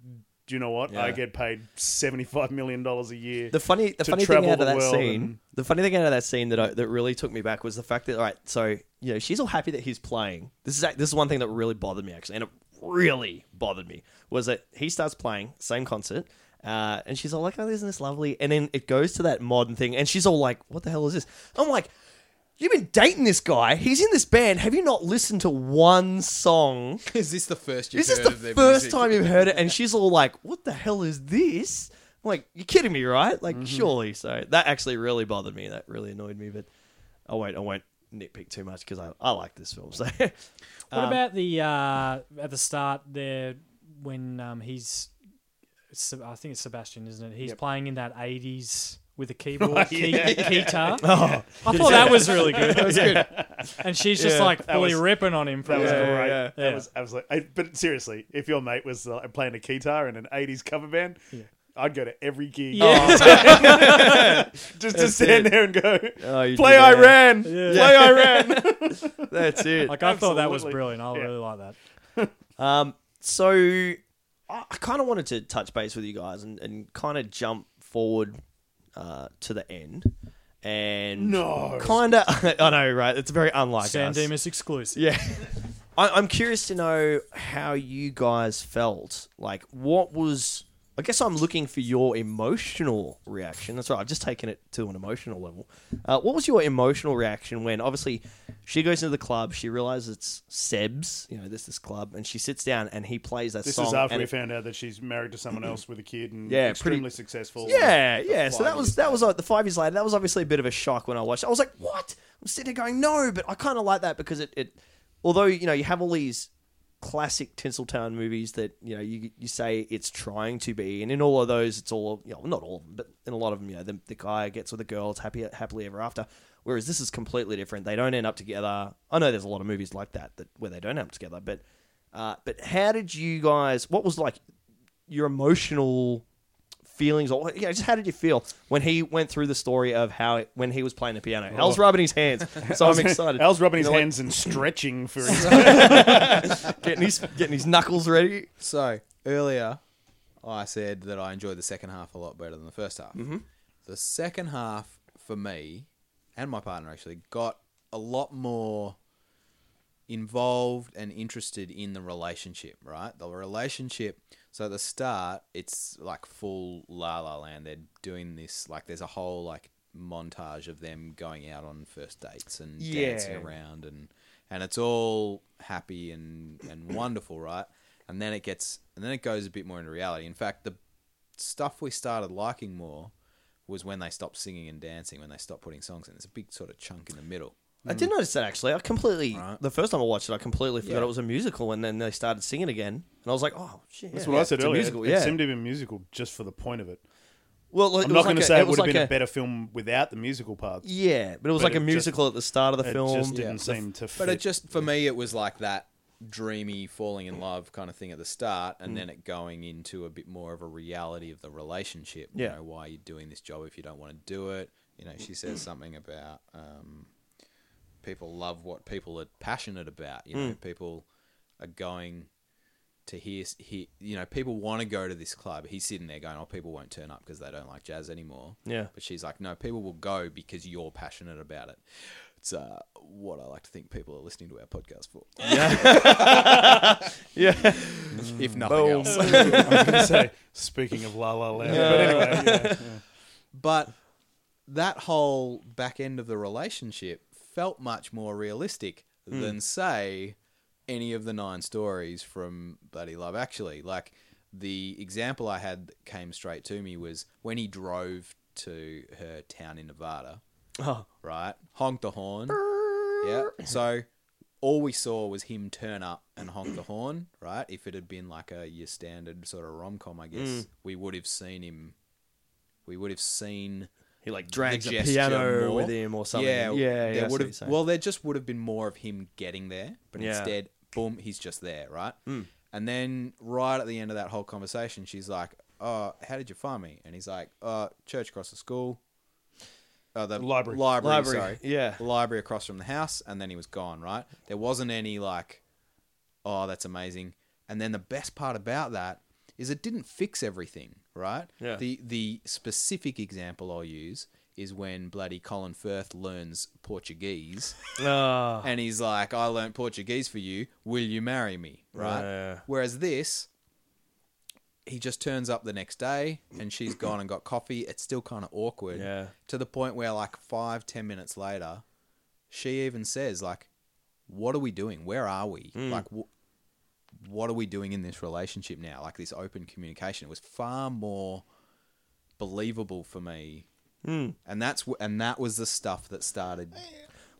Speaker 3: do you know what?
Speaker 4: Yeah.
Speaker 3: I get paid seventy five million dollars a year.
Speaker 4: The funny, the
Speaker 3: to
Speaker 4: funny thing
Speaker 3: travel
Speaker 4: out of
Speaker 3: the
Speaker 4: that
Speaker 3: world
Speaker 4: scene,
Speaker 3: and-
Speaker 4: the funny thing out of that scene that I, that really took me back was the fact that, all right, so you know, she's all happy that he's playing. This is act- this is one thing that really bothered me actually, and it really bothered me was that he starts playing same concert, uh, and she's all like, "Oh, isn't this lovely?" And then it goes to that modern thing, and she's all like, "What the hell is this?" I'm like. You've been dating this guy. He's in this band. Have you not listened to one song
Speaker 5: Is this the first you've
Speaker 4: this is
Speaker 5: heard
Speaker 4: the
Speaker 5: of their
Speaker 4: first
Speaker 5: music?
Speaker 4: time you've heard it, and she's all like, "What the hell is this?" I'm like, "You're kidding me, right?" Like, surely. So that actually really bothered me. That really annoyed me. But I won't. I won't nitpick too much because I, I like this film. So
Speaker 1: What about the uh, at the start there when um, he's Se- I think it's Sebastian, isn't it? He's playing in that '80s with a keyboard, key, guitar. I thought that was really good. That was good. And she's just like fully
Speaker 3: was-
Speaker 1: ripping on him for
Speaker 3: That was
Speaker 1: that.
Speaker 3: great.
Speaker 4: yeah,
Speaker 3: That
Speaker 1: yeah.
Speaker 3: was absolutely. I, but seriously, if your mate was uh, playing a guitar in an '80s cover band, I'd go to every gig Oh,
Speaker 1: Yeah.
Speaker 3: just to stand there and go,
Speaker 4: Oh, you
Speaker 3: "Play
Speaker 4: did that.
Speaker 3: Iran, play Iran."
Speaker 4: that's it.
Speaker 1: Like I thought that was
Speaker 3: Absolutely.
Speaker 1: brilliant. I
Speaker 3: Yeah.
Speaker 1: really like that.
Speaker 4: Um, so I, I kind of wanted to touch base with you guys and, and kind of jump forward uh, to the end. And
Speaker 3: No.
Speaker 4: kind of. I know, right? It's very unlike
Speaker 1: San
Speaker 4: us.
Speaker 1: Dimas exclusive.
Speaker 4: Yeah. I, I'm curious to know how you guys felt. Like, what was. I guess I'm looking for your emotional reaction. That's right. I've just taken it to an emotional level. Uh, what was your emotional reaction when, obviously, she goes into the club, she realizes it's Seb's, you know, this this club, and she sits down and he plays that
Speaker 3: This
Speaker 4: song.
Speaker 3: is after
Speaker 4: and
Speaker 3: we
Speaker 4: it-
Speaker 3: found out that she's married to someone else with a kid and
Speaker 4: Yeah,
Speaker 3: extremely
Speaker 4: pretty-
Speaker 3: successful.
Speaker 4: Yeah, yeah. So
Speaker 5: five
Speaker 4: that was
Speaker 5: years
Speaker 4: that was like the five years later. That was obviously a bit of a shock when I watched. it. I was like, "What?" I'm sitting there going, "No," but I kind of like that because it, it, although you know you have all these classic Tinseltown movies that you know you you say it's trying to be, and in all of those, it's all you know, not all of them, but in a lot of them, you know, the, the guy gets with the girl, it's happy happily ever after. Whereas this is completely different. They don't end up together. I know there's a lot of movies like that that where they don't end up together, but Uh, but how did you guys? What was like your emotional feelings, or you know, just how did you feel when he went through the story of how it, when he was playing the piano? Al's rubbing his hands, so I'm excited.
Speaker 3: Al's rubbing his
Speaker 4: You know, like,
Speaker 3: hands and stretching for his.
Speaker 4: getting his getting his knuckles ready.
Speaker 5: So earlier, I said that I enjoyed the second half a lot better than the first half.
Speaker 4: Mm-hmm.
Speaker 5: The second half for me and my partner actually got a lot more involved and interested in the relationship. Right, the relationship. So at the start, it's like full La La Land. They're doing this like there's a whole like montage of them going out on first dates and dancing
Speaker 4: Yeah.
Speaker 5: around around and and it's all happy and and wonderful right and then it gets and then it goes a bit more into reality in fact the stuff we started liking more was when they stopped singing and dancing when they stopped putting songs in there's a big sort of chunk in the middle
Speaker 4: I
Speaker 3: Mm.
Speaker 4: did notice that actually. I completely
Speaker 5: Right.
Speaker 4: the first time I watched it, I completely forgot
Speaker 5: Yeah.
Speaker 4: it was a musical, and then they started singing again, and I was like, oh shit.
Speaker 3: That's
Speaker 4: yeah,
Speaker 3: what
Speaker 4: yeah,
Speaker 3: I said
Speaker 4: it's a
Speaker 3: earlier.
Speaker 4: musical,
Speaker 3: it, it
Speaker 4: yeah.
Speaker 3: seemed to be a musical just for the point of it.
Speaker 4: well, it
Speaker 3: I'm not
Speaker 4: was like
Speaker 3: going to
Speaker 4: a-
Speaker 3: say it,
Speaker 4: was
Speaker 3: would have
Speaker 4: like
Speaker 3: been a, better film without the musical part.
Speaker 4: Yeah, but it was
Speaker 3: but
Speaker 4: like a
Speaker 3: it just-
Speaker 4: musical at the start of the
Speaker 3: it
Speaker 4: film.
Speaker 3: just didn't
Speaker 5: Yeah.
Speaker 3: seem to fit.
Speaker 5: but it just for me it was like that dreamy falling in love kind of thing at the start
Speaker 3: Mm.
Speaker 5: and then it going into a bit more of a reality of the relationship
Speaker 4: Yeah.
Speaker 5: you know why are you doing this job if you don't want to do it you know she says something about um, people love what people are passionate about you
Speaker 3: Mm.
Speaker 5: know people are going to hear, hear you know people want to go to this club he's sitting there going oh people won't turn up because they don't like jazz anymore
Speaker 4: Yeah.
Speaker 5: but she's like no people will go because you're passionate about it it's uh, what i like to think people are listening to our podcast for
Speaker 4: yeah,
Speaker 5: if nothing else
Speaker 3: I was going to say, speaking of La La Land, but anyway, yeah, yeah.
Speaker 5: but that whole back end of the relationship felt much more realistic than say any of the nine stories from bloody love actually like the example i had that came straight to me was when he drove to her town in nevada
Speaker 4: oh,
Speaker 5: right honk the horn yeah so all we saw was him turn up and honk the horn right if it had been like a your standard sort of rom-com i guess we would have seen him we would have seen
Speaker 4: he like drags
Speaker 5: the
Speaker 4: a
Speaker 5: gesture
Speaker 4: piano
Speaker 5: more.
Speaker 4: with him or something.
Speaker 5: Yeah,
Speaker 4: yeah,
Speaker 5: There
Speaker 4: yeah.
Speaker 5: would have well, there just would have been more of him getting there, but
Speaker 4: Yeah. Hmm.
Speaker 5: instead, boom, he's just there, right? And then right at the end of that whole conversation, she's like, "Oh, how did you find me?" And he's like, "Uh, church across the school." Uh, the
Speaker 3: Library.
Speaker 5: library,
Speaker 4: Library,
Speaker 5: sorry,
Speaker 4: yeah.
Speaker 5: the library across from the house, and then he was gone. Right, there wasn't any like, oh, that's amazing. And then the best part about that is it didn't fix everything, right?
Speaker 4: Yeah.
Speaker 5: The the specific example I'll use is when bloody Colin Firth learns Portuguese
Speaker 4: Ah.
Speaker 5: and he's like, I learnt Portuguese for you. Will you marry me? Right?
Speaker 4: Yeah.
Speaker 5: Whereas this, he just turns up the next day and she's gone and got coffee. It's still kind of awkward.
Speaker 4: Yeah.
Speaker 5: To the point where, like, five, ten minutes later, she even says, like, what are we doing? Where are we?
Speaker 4: Hmm.
Speaker 5: Like, wh- what are we doing in this relationship now? Like, this open communication. It was far more believable for me.
Speaker 4: Hmm.
Speaker 5: And that's w- and that was the stuff that started.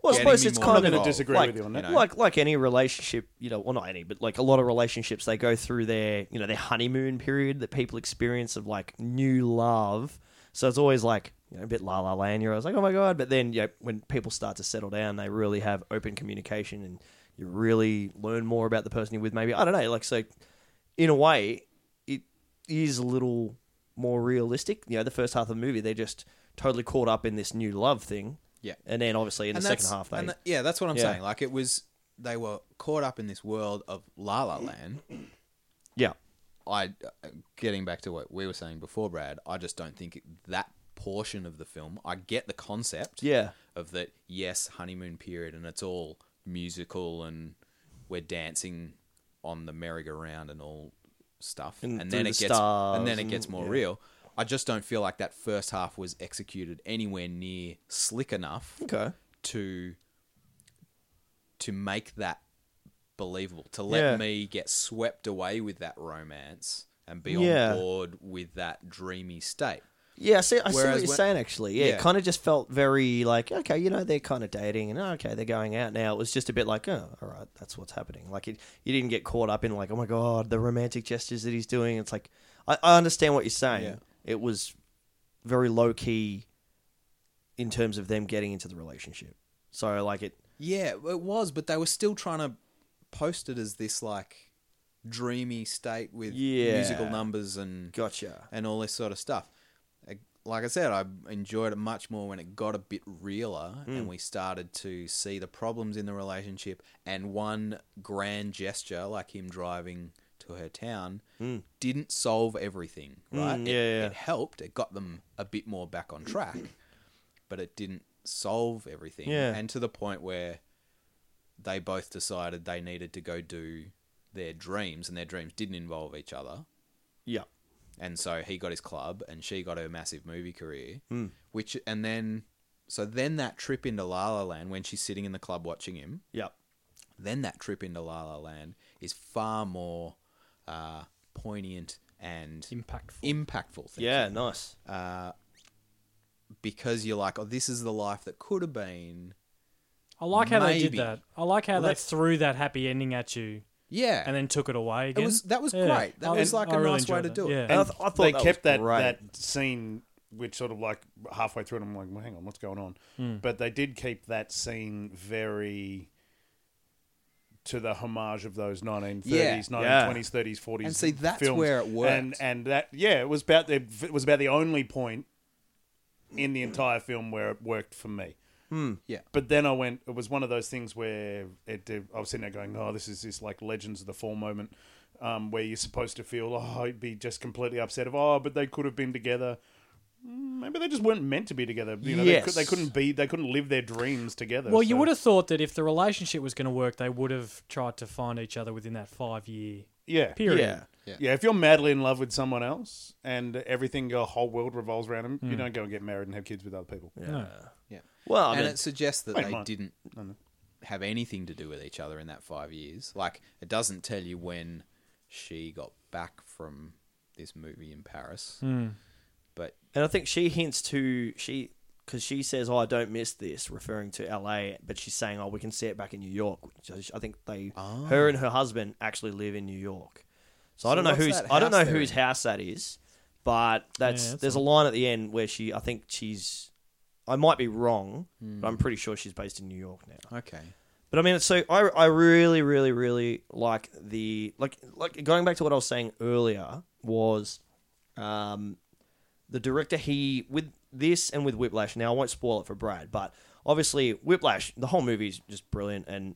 Speaker 4: Well, I
Speaker 5: getting
Speaker 4: suppose
Speaker 5: me
Speaker 4: it's
Speaker 5: more involved.
Speaker 4: kind
Speaker 5: I'm
Speaker 4: of
Speaker 5: not
Speaker 3: gonna disagree
Speaker 4: like,
Speaker 3: with you on that.
Speaker 5: You know?
Speaker 4: Like like any relationship, you know, well not any, but like a lot of relationships, they go through their you know their honeymoon period that people experience of like new love. So it's always like you know, a bit la la land. You're always like, oh my god, but then you know, when people start to settle down, they really have open communication and you really learn more about the person you're with. Maybe I don't know, like so. In a way, it is a little more realistic. You know, the first half of the movie, they're just totally caught up in this new love thing.
Speaker 5: Yeah.
Speaker 4: And then obviously in the second half, they
Speaker 5: and tha- yeah, that's what I'm
Speaker 4: Yeah.
Speaker 5: saying. Like it was, they were caught up in this world of La La Land.
Speaker 4: Yeah.
Speaker 5: I, uh, getting back to what we were saying before, Brad, I just don't think that portion of the film. I get the concept,
Speaker 4: Yeah.
Speaker 5: of that. Yes, honeymoon period, and it's all musical, and we're dancing on the merry-go-round and all stuff,
Speaker 4: And
Speaker 5: and, then
Speaker 4: through
Speaker 5: it
Speaker 4: the
Speaker 5: gets, and
Speaker 4: stars
Speaker 5: then it gets
Speaker 4: and-
Speaker 5: more
Speaker 4: yeah.
Speaker 5: real. I just don't feel like that first half was executed anywhere near slick enough
Speaker 4: Okay.
Speaker 5: to to make that believable to let
Speaker 4: Yeah.
Speaker 5: me get swept away with that romance and be
Speaker 4: Yeah.
Speaker 5: on board with that dreamy state
Speaker 4: Yeah, I see, I see what
Speaker 5: Whereas
Speaker 4: you're
Speaker 5: when-
Speaker 4: saying, actually. Yeah,
Speaker 5: Yeah.
Speaker 4: it kind of just felt very like, okay, you know, they're kind of dating and oh, okay, they're going out now. It was just a bit like, oh, all right, that's what's happening. Like, it, you didn't get caught up in, like, oh my God, the romantic gestures that he's doing. It's like, I, I understand what you're saying.
Speaker 5: Yeah.
Speaker 4: It was very low key in terms of them getting into the relationship. So, like, it,
Speaker 5: yeah it was but they were still trying to post it as this like dreamy state with
Speaker 4: Yeah.
Speaker 5: musical numbers and
Speaker 4: Gotcha.
Speaker 5: and all this sort of stuff. I- Like I said, I enjoyed it much more when it got a bit realer
Speaker 4: Hmm.
Speaker 5: and we started to see the problems in the relationship. And one grand gesture, like him driving to her town, didn't solve everything, right?
Speaker 4: Mm,
Speaker 5: It-
Speaker 4: Hmm. yeah, yeah.
Speaker 5: it helped, it got them a bit more back on track, but it didn't solve everything.
Speaker 4: Yeah.
Speaker 5: And to the point where they both decided they needed to go do their dreams, and their dreams didn't involve each other
Speaker 4: Yeah.
Speaker 5: and so he got his club and she got her massive movie career
Speaker 4: Hmm.
Speaker 5: which and then so then that trip into la la land when she's sitting in the club watching him
Speaker 4: Yeah.
Speaker 5: then that trip into la la land is far more uh, poignant and
Speaker 1: Impactful.
Speaker 5: impactful thing
Speaker 4: Yeah. Nice.
Speaker 5: because you're like oh this is the life that could have been
Speaker 1: I like how they did
Speaker 5: Maybe.
Speaker 1: that. I like how they
Speaker 5: Let's-
Speaker 1: threw that happy ending at you
Speaker 5: yeah
Speaker 1: and then took it away again.
Speaker 5: was- that was
Speaker 1: Yeah.
Speaker 5: great. That
Speaker 1: I-
Speaker 5: was like
Speaker 1: I
Speaker 5: a
Speaker 1: really
Speaker 5: nice way
Speaker 1: enjoyed
Speaker 5: to
Speaker 1: that.
Speaker 5: do it.
Speaker 1: Yeah.
Speaker 4: And I, th- I thought
Speaker 3: they
Speaker 4: was
Speaker 3: kept that,
Speaker 4: great.
Speaker 3: that scene, which sort of like halfway through it, I'm like, well, hang on, what's going on? But they did keep that scene very to the homage of those 1930s,
Speaker 5: Yeah.
Speaker 3: 1920s, 30s, 40s.
Speaker 5: And see, that's
Speaker 3: films.
Speaker 5: where it worked.
Speaker 3: And, and that, yeah, it was about the it was about the only point in the entire film where it worked for me.
Speaker 5: yeah
Speaker 3: But then I went. It was one of those things where it. did- I was sitting there going, "Oh, this is this like Legends of the Fall moment, um, where you're supposed to feel, oh, I'd be just completely upset of, oh, but they could have been together. Mm, Maybe they just weren't meant to be together. You know, they,
Speaker 4: Yes.
Speaker 3: could, they couldn't be. They couldn't live their dreams together.
Speaker 1: well, you
Speaker 3: so-
Speaker 1: would have thought that if the relationship was going to work, they would have tried to find each other within that five year
Speaker 3: yeah,
Speaker 1: period.
Speaker 4: Yeah.
Speaker 3: yeah. If you're madly in love with someone else and everything, your whole world revolves around them, you don't go and get married and have kids with other people.
Speaker 4: Yeah.
Speaker 5: yeah
Speaker 4: Well, I
Speaker 5: and
Speaker 4: mean,
Speaker 5: it suggests that
Speaker 3: Wait,
Speaker 5: they
Speaker 3: mine.
Speaker 5: didn't have anything to do with each other in that five years. Like, it doesn't tell you when she got back from this movie in Paris, but
Speaker 4: and I think she hints to she because she says, "Oh, I don't miss this," referring to LA, but she's saying, "Oh, we can see it back in New York." Which I think they, her and her husband, actually live in New York. So, I
Speaker 5: Ah. So
Speaker 4: don't know
Speaker 5: what's
Speaker 4: whose
Speaker 5: that
Speaker 4: I don't
Speaker 5: house
Speaker 4: know
Speaker 5: they're
Speaker 4: whose
Speaker 5: in?
Speaker 4: house that is, but that's,
Speaker 1: that's
Speaker 4: there's a line at the end where she I think she's I might be wrong, but
Speaker 5: Hmm.
Speaker 4: I'm pretty sure she's based in New York now.
Speaker 5: okay,
Speaker 4: But I mean, it's so I, I really, really, really like the like like going back to what I was saying earlier was, um, the director he with this and with Whiplash. Now I won't spoil it for Brad, but obviously Whiplash, the whole movie is just brilliant, and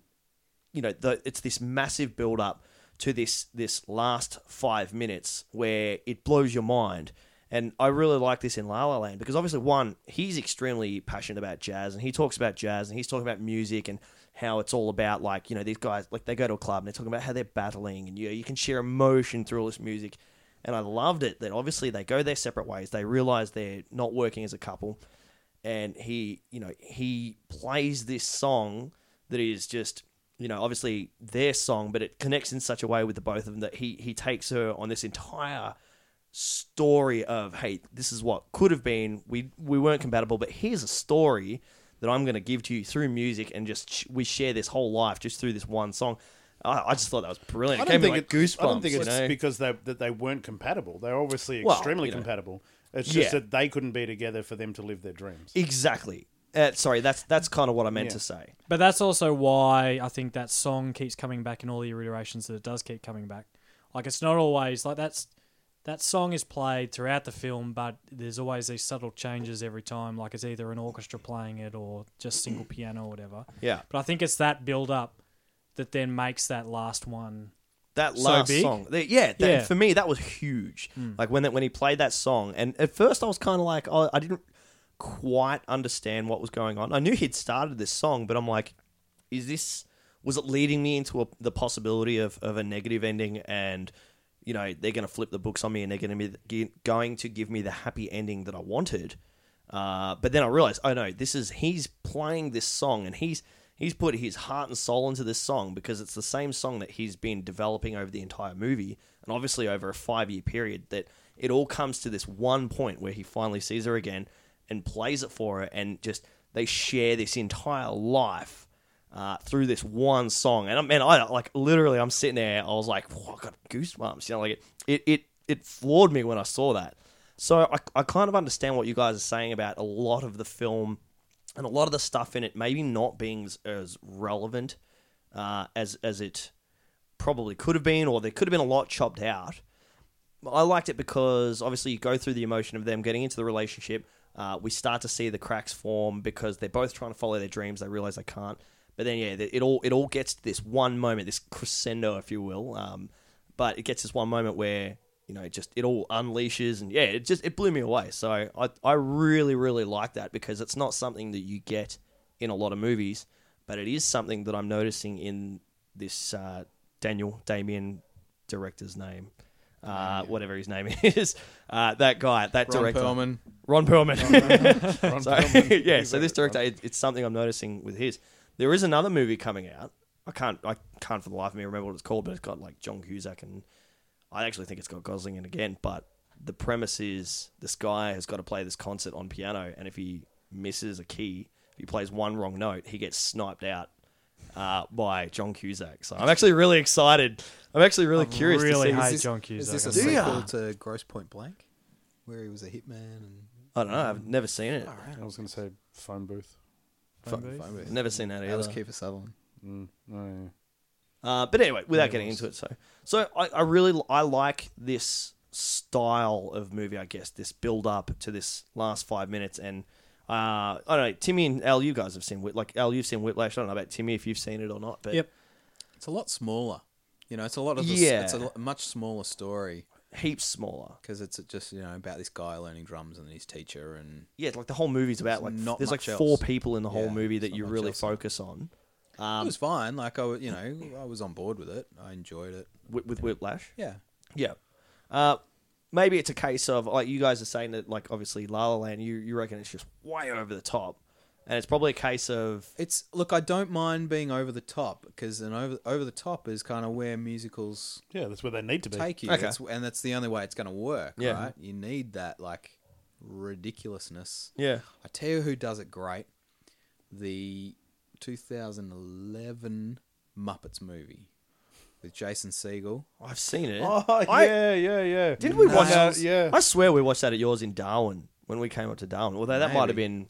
Speaker 4: you know the, it's this massive build up to this this last five minutes where it blows your mind. And I really like this in La La Land because obviously one, he's extremely passionate about jazz and he talks about jazz and he's talking about music and how it's all about like, you know, these guys like they go to a club and they're talking about how they're battling and you know, you can share emotion through all this music. And I loved it that obviously they go their separate ways. They realize they're not working as a couple. And he, you know, he plays this song that is just, you know, obviously their song, but it connects in such a way with the both of them that he he takes her on this entire story of hey, this is what could have been. We we weren't compatible, but here's a story that I'm going to give to you through music, and just sh- we share this whole life just through this one song. I, I just thought that was brilliant. It gave me like
Speaker 3: it-
Speaker 4: goosebumps.
Speaker 3: I don't think it's
Speaker 4: you know?
Speaker 3: because they, that they weren't compatible. They're obviously
Speaker 4: Well,
Speaker 3: extremely
Speaker 4: you know.
Speaker 3: compatible. It's just
Speaker 4: Yeah.
Speaker 3: that they couldn't be together for them to live their dreams.
Speaker 4: exactly. Uh, sorry, that's that's kind of what I meant
Speaker 3: Yeah.
Speaker 4: to say.
Speaker 1: But that's also why I think that song keeps coming back in all the iterations that it does keep coming back. Like it's not always like that's that song is played throughout the film, but there's always these subtle changes every time. Like it's either an orchestra playing it or just single piano or whatever.
Speaker 4: Yeah.
Speaker 1: But I think it's that build up that then makes that last one.
Speaker 4: that
Speaker 1: so
Speaker 4: last
Speaker 1: big?
Speaker 4: song. The- yeah, that,
Speaker 1: Yeah. Hmm.
Speaker 4: for me that was huge. Like when that, when he played that song, and at first I was kind of like, oh, I didn't quite understand what was going on. I knew he'd started this song, but I'm like, is this was it leading me into a, the possibility of of a negative ending and you know they're going to flip the books on me and they're going to be going to give me the happy ending that I wanted. Uh, but then I realized, oh no, this is he's playing this song and he's he's put his heart and soul into this song because it's the same song that he's been developing over the entire movie and obviously over a five year period that it all comes to this one point where he finally sees her again and plays it for her and just they share this entire life uh, through this one song. And I man, I like literally, I'm sitting there. I was like, "Whoa, I got goosebumps. You know, like it, it, it, it floored me when I saw that. So I, I kind of understand what you guys are saying about a lot of the film and a lot of the stuff in it maybe not being as, as relevant uh, as as it probably could have been, or there could have been a lot chopped out. I liked it because obviously you go through the emotion of them getting into the relationship. Uh, we start to see the cracks form because they're both trying to follow their dreams. They realize they can't. But then, yeah, it all it all gets to this one moment, this crescendo, if you will. Um, but it gets this one moment where you know it just it all unleashes, and yeah, it just it blew me away. So I I really really like that because it's not something that you get in a lot of movies, but it is something that I'm noticing in this uh, Daniel Damien director's name, uh, whatever his name is. Uh, that guy, that
Speaker 5: Ron
Speaker 4: director,
Speaker 5: Perlman.
Speaker 4: Ron Perlman.
Speaker 3: Ron
Speaker 4: so,
Speaker 3: Perlman.
Speaker 4: yeah,
Speaker 3: He's
Speaker 4: so
Speaker 3: a-
Speaker 4: this director, it, it's something I'm noticing with his. There is another movie coming out. I can't, I can't for the life of me remember what it's called, but it's got like John Cusack and I actually think it's got Gosling in again. But the premise is this guy has got to play this concert on piano, and if he misses a key, if he plays one wrong note, he gets sniped out. Uh, by John Cusack, so I'm actually really excited. I'm actually really curious
Speaker 1: really
Speaker 4: to see.
Speaker 1: hate- Hey,
Speaker 5: Is this,
Speaker 1: John
Speaker 5: is
Speaker 1: Cusack,
Speaker 5: this a
Speaker 1: I'm
Speaker 5: sequel
Speaker 4: sorry.
Speaker 5: to Gross Point Blank, where he was a hitman? And
Speaker 4: I don't know. I've never seen it.
Speaker 3: I was going to say phone booth.
Speaker 1: Phone booth?
Speaker 5: Fine with it.
Speaker 4: Never seen that either.
Speaker 5: that was Kiefer Sutherland.
Speaker 3: Mm. Oh, yeah.
Speaker 4: Uh, but anyway, without getting into it, so so I, I really I like this style of movie. I guess this build up to this last five minutes, and uh, I don't know. Timmy and Al, you guys have seen Whit- like Al, you've seen Whitlash. I don't know about Timmy if you've seen it or not, but
Speaker 1: Yep.
Speaker 5: It's a lot smaller. You know, it's a lot of the,
Speaker 4: Yeah.
Speaker 5: It's a lo- much smaller story
Speaker 4: heaps smaller.
Speaker 5: because it's just you know about this guy learning drums and his teacher and
Speaker 4: Yeah, like the whole movie's about like
Speaker 5: There's not
Speaker 4: there's like
Speaker 5: much
Speaker 4: four
Speaker 5: else.
Speaker 4: people in the whole
Speaker 5: Yeah,
Speaker 4: movie
Speaker 5: there's
Speaker 4: that
Speaker 5: not
Speaker 4: you
Speaker 5: much
Speaker 4: really
Speaker 5: else in it.
Speaker 4: focus on. Um,
Speaker 5: it was fine. Like I, wa- you know, I was on board with it. I enjoyed it.
Speaker 4: with, with Whiplash.
Speaker 5: Yeah,
Speaker 4: Yeah. Uh, maybe it's a case of like you guys are saying that like obviously La La Land, you you reckon it's just way over the top, and it's probably a case of
Speaker 5: it's look. I don't mind being over the top because an over over the top is kind of where musicals
Speaker 3: Yeah, that's where they need to be.
Speaker 5: take you,
Speaker 4: Okay.
Speaker 5: That's- and that's the only way it's going to work.
Speaker 4: Yeah.
Speaker 5: Right? You need that like ridiculousness.
Speaker 4: yeah.
Speaker 5: I tell you who does it great. The 2011 Muppets movie with Jason Segel.
Speaker 4: I've seen it.
Speaker 3: Oh
Speaker 4: I-
Speaker 3: yeah, yeah, yeah.
Speaker 4: Did we watch?
Speaker 3: that? Yeah.
Speaker 4: I swear we watched that at yours in Darwin when we came up to Darwin. Although that might have been.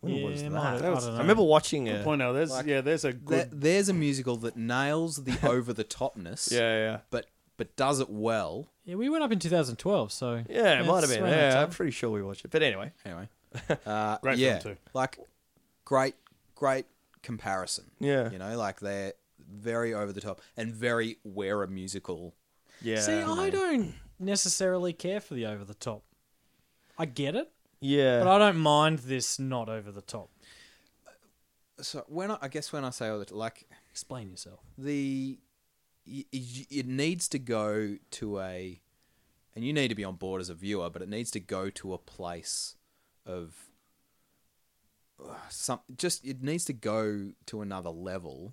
Speaker 4: When
Speaker 1: Yeah,
Speaker 4: was
Speaker 1: it
Speaker 4: that?
Speaker 1: might have-
Speaker 4: I,
Speaker 1: I don't know.
Speaker 4: remember watching it.
Speaker 3: Point out, there's yeah, there's a good.
Speaker 5: There, there's a musical that nails the over the topness,
Speaker 4: yeah,
Speaker 5: but but does it well.
Speaker 1: Yeah, we went up in 2012, so
Speaker 4: yeah, yeah. It might have
Speaker 1: it's
Speaker 4: been.
Speaker 1: around that
Speaker 4: Yeah, I'm
Speaker 1: time.
Speaker 4: pretty sure we watched it. But anyway,
Speaker 5: Anyway, uh,
Speaker 3: Great film
Speaker 5: yeah,
Speaker 3: too.
Speaker 5: like great, great comparison.
Speaker 4: Yeah.
Speaker 5: you know, like they're very over the top and very wear a musical.
Speaker 4: yeah.
Speaker 1: See, I don't necessarily care for the over the top. I get it,
Speaker 4: yeah,
Speaker 1: but I don't mind this not over the top.
Speaker 5: So when I, I guess when I say over the like
Speaker 1: Explain yourself.
Speaker 5: the y- y- it needs to go to a and you need to be on board as a viewer but it needs to go to a place of uh, some just it needs to go to another level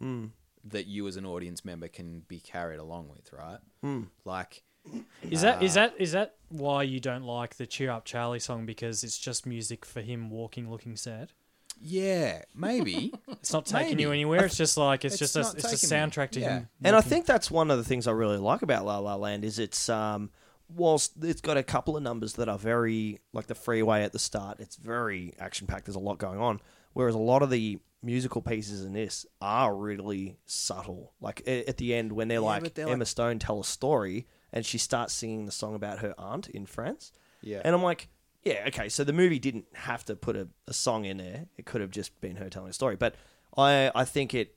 Speaker 5: that you as an audience member can be carried along with right like
Speaker 1: Is that is that is that why you don't like the Cheer Up Charlie song because it's just music for him walking looking sad?
Speaker 5: yeah maybe
Speaker 1: It's not taking you
Speaker 5: Maybe.
Speaker 1: anywhere. It's just like it's,
Speaker 5: It's
Speaker 1: just a,
Speaker 5: not
Speaker 1: it's a
Speaker 5: taking me.
Speaker 1: soundtrack to him.
Speaker 5: Mm-hmm.
Speaker 4: And I think that's one of the things I really like about La La Land is it's um whilst it's got a couple of numbers that are very like the freeway at the start, it's very action packed. There's a lot going on, whereas a lot of the musical pieces in this are really subtle. Like a- at the end when they're like
Speaker 5: but they're
Speaker 4: Emma
Speaker 5: like-
Speaker 4: Stone tell a story and she starts singing the song about her aunt in France.
Speaker 5: Yeah.
Speaker 4: and I'm like. Yeah, okay. So the movie didn't have to put a, a song in there. It could have just been her telling a story. But I I think it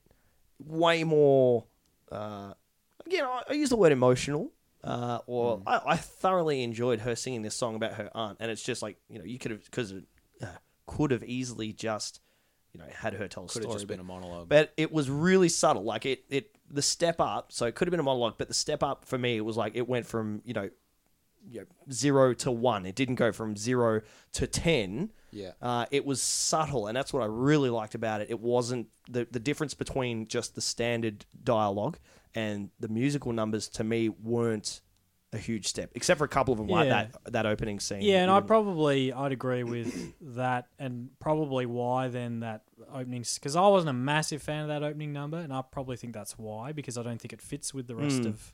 Speaker 4: way more. Uh, again, I, I use the word emotional. Uh, or
Speaker 5: Hmm.
Speaker 4: I, I thoroughly enjoyed her singing this song about her aunt, and it's just like you know you could have because uh, could have easily just you know had her tell a
Speaker 5: could
Speaker 4: story,
Speaker 5: have just been
Speaker 4: but-
Speaker 5: a monologue
Speaker 4: but it was really subtle. Like it, it the step up. So it could have been a monologue, but the step up for me, it was like it went from you know, you know zero to one. It didn't go from zero to ten.
Speaker 5: Yeah.
Speaker 4: uh, it was subtle, and that's what I really liked about it. It wasn't the the difference between just the standard dialogue and the musical numbers. To me, weren't a huge step, except for a couple of them, like
Speaker 1: Yeah.
Speaker 4: that that opening scene.
Speaker 1: Yeah, and
Speaker 4: You
Speaker 1: I
Speaker 4: know,
Speaker 1: probably I'd agree with that, and probably why then that opening because I wasn't a massive fan of that opening number, and I probably think that's why because I don't think it fits with the rest of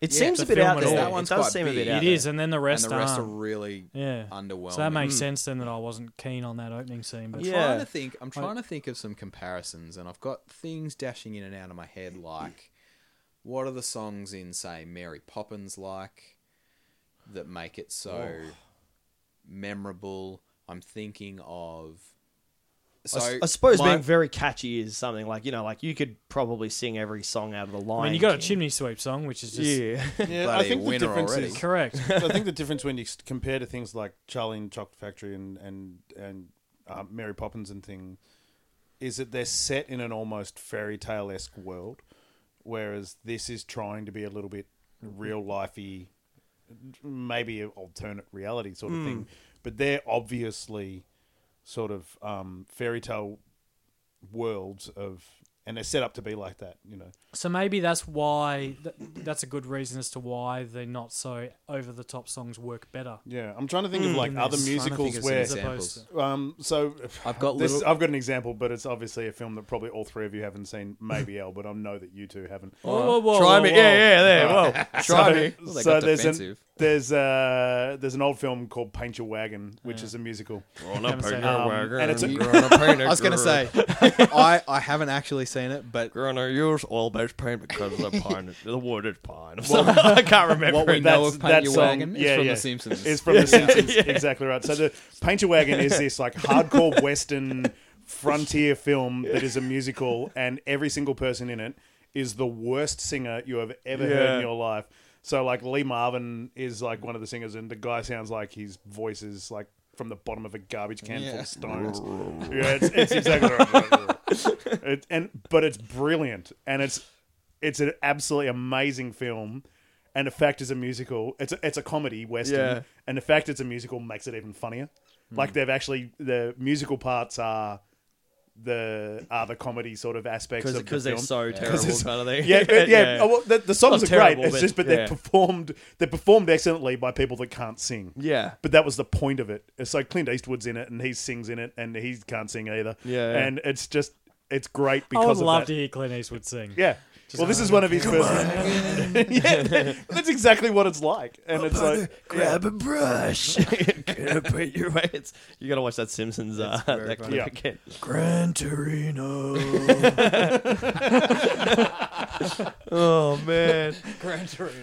Speaker 4: it
Speaker 5: Yeah,
Speaker 4: seems
Speaker 5: the
Speaker 4: a bit
Speaker 1: film
Speaker 4: out
Speaker 1: at
Speaker 4: there.
Speaker 1: all.
Speaker 5: That
Speaker 4: It
Speaker 5: one's
Speaker 4: does
Speaker 5: quite
Speaker 4: seem a bit
Speaker 5: big.
Speaker 4: out
Speaker 1: it
Speaker 4: there.
Speaker 1: is, and then the rest
Speaker 5: and the rest are
Speaker 1: aren't.
Speaker 5: really
Speaker 1: yeah,
Speaker 5: underwhelming
Speaker 1: So that makes sense then that I wasn't keen on that opening scene, but
Speaker 5: I'm
Speaker 4: Yeah.
Speaker 5: trying to think. I'm trying to think of some comparisons, and I've got things dashing in and out of my head, like what are the songs in say Mary Poppins like that make it so memorable? I'm thinking of so
Speaker 4: I s- I, suppose
Speaker 5: my-
Speaker 4: being very catchy is something like you know, like you could probably sing every song out of the line.
Speaker 1: I mean, you got a
Speaker 4: King.
Speaker 1: chimney sweep song, which is just
Speaker 4: Yeah,
Speaker 3: Yeah, I
Speaker 5: Bloody
Speaker 3: think the
Speaker 5: winner
Speaker 3: difference
Speaker 5: already.
Speaker 3: is.
Speaker 1: correct.
Speaker 3: I think the difference when you s- compare to things like Charlie and Chocolate Factory and and and uh, Mary Poppins and thing, is that they're set in an almost fairy tale esque world, whereas this is trying to be a little bit real lifey, maybe an alternate reality sort of
Speaker 5: Hmm.
Speaker 3: thing. But they're obviously sort of um, fairy tale worlds of, and they're set up to be like that, you know.
Speaker 1: So maybe that's why th- that's a good reason as to why the not so over the top songs work better.
Speaker 3: Yeah, I'm trying to think of like
Speaker 1: In
Speaker 3: other
Speaker 1: this.
Speaker 5: Trying to think
Speaker 3: musicals
Speaker 5: of some
Speaker 3: where
Speaker 5: examples.
Speaker 1: Supposed
Speaker 3: Um, so
Speaker 5: I've got
Speaker 3: this,
Speaker 5: little-
Speaker 3: I've got an example, but it's obviously a film that probably all three of you haven't seen. Maybe El, but I know that you two haven't. Uh,
Speaker 1: Whoa, whoa, whoa,
Speaker 4: try
Speaker 1: whoa,
Speaker 4: me.
Speaker 1: whoa.
Speaker 4: Yeah, yeah, there. Whoa, try me.
Speaker 5: Well, they
Speaker 3: so
Speaker 5: got
Speaker 3: there's an,
Speaker 5: defensive.
Speaker 3: there's uh there's an old film called Paint Your Wagon, which is a musical.
Speaker 1: Haven't seen it.
Speaker 3: Um, and it's a-
Speaker 5: I was going to say, I, I haven't actually seen it, but
Speaker 4: Grana, yours all based pain because of the pine, the wooded pine. I can't remember.
Speaker 5: what we know
Speaker 3: That's-
Speaker 5: of
Speaker 3: that
Speaker 5: Paint Your
Speaker 3: song-
Speaker 5: Wagon is
Speaker 3: yeah,
Speaker 5: from
Speaker 3: yeah.
Speaker 5: The Simpsons.
Speaker 3: It's from The Simpsons, exactly right. So the Paint Your Wagon is this like hardcore Western frontier film that is a musical, and every single person in it is the worst singer you have ever heard in
Speaker 4: Yeah.
Speaker 3: your life. So like Lee Marvin is like one of the singers, and the guy sounds like his voice is like from the bottom of a garbage can full
Speaker 5: Yeah.
Speaker 3: of stones. yeah, it's, it's exactly right. it, and but it's brilliant, and it's it's an absolutely amazing film. And the fact is a musical. It's a, it's a comedy western,
Speaker 4: Yeah. Hmm.
Speaker 3: and the fact it's a musical makes it even funnier. Like they've actually the musical parts are the are the comedy sort of aspects of
Speaker 4: because
Speaker 3: the
Speaker 4: they're
Speaker 3: film.
Speaker 4: so terrible,
Speaker 3: it's-
Speaker 4: kind of thing.
Speaker 3: Yeah, yeah. yeah. Oh, well, the, the songs
Speaker 4: Not
Speaker 3: are
Speaker 4: terrible,
Speaker 3: great. It's
Speaker 4: but-
Speaker 3: just, but
Speaker 4: yeah.
Speaker 3: they're performed they're performed excellently by people that can't sing.
Speaker 4: Yeah.
Speaker 3: But that was the point of it. It's like Clint Eastwood's in it, and he sings in it, and he can't sing either.
Speaker 4: Yeah, yeah.
Speaker 3: And it's just it's great
Speaker 1: I would
Speaker 3: because of
Speaker 1: love
Speaker 3: that.
Speaker 1: to hear Clint Eastwood sing.
Speaker 3: Yeah. well, this is one of his first. yeah, that- that's exactly what it's like, and it's like
Speaker 4: Grab a brush. Gonna put your way. It's, you gotta watch that Simpsons. Uh,
Speaker 5: very
Speaker 4: that clip
Speaker 5: funny.
Speaker 3: Yeah.
Speaker 4: again.
Speaker 1: Gran Torino.
Speaker 4: Oh man.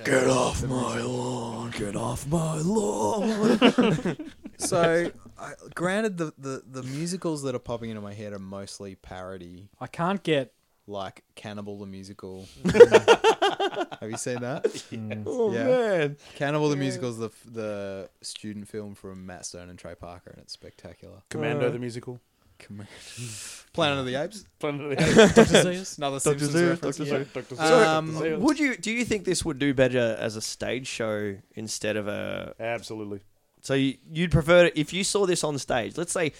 Speaker 5: Get off my lawn. Get off my lawn. so, I, granted, the, the, the musicals that are popping into my head are mostly parody,
Speaker 1: I can't get.
Speaker 5: like Cannibal the Musical. Have you seen that?
Speaker 4: Oh
Speaker 5: Yeah.
Speaker 4: man.
Speaker 5: Cannibal the Musical is the, f- the student film from Matt Stone and Trey Parker, and it's spectacular.
Speaker 3: Commando the musical.
Speaker 5: Command- Planet of the Apes.
Speaker 3: Planet of the Apes.
Speaker 1: Dr. Seuss.
Speaker 5: Another
Speaker 4: Dr.
Speaker 5: Simpsons
Speaker 4: Seuss,
Speaker 5: reference.
Speaker 4: Dr.
Speaker 5: Yeah.
Speaker 4: Seuss.
Speaker 3: Dr.
Speaker 5: Uh,
Speaker 3: Seuss.
Speaker 5: Um,
Speaker 4: So, would you? Do you think this would do better as a stage show instead of a
Speaker 3: Absolutely.
Speaker 4: So you, you'd prefer if you saw this on stage. Let's say,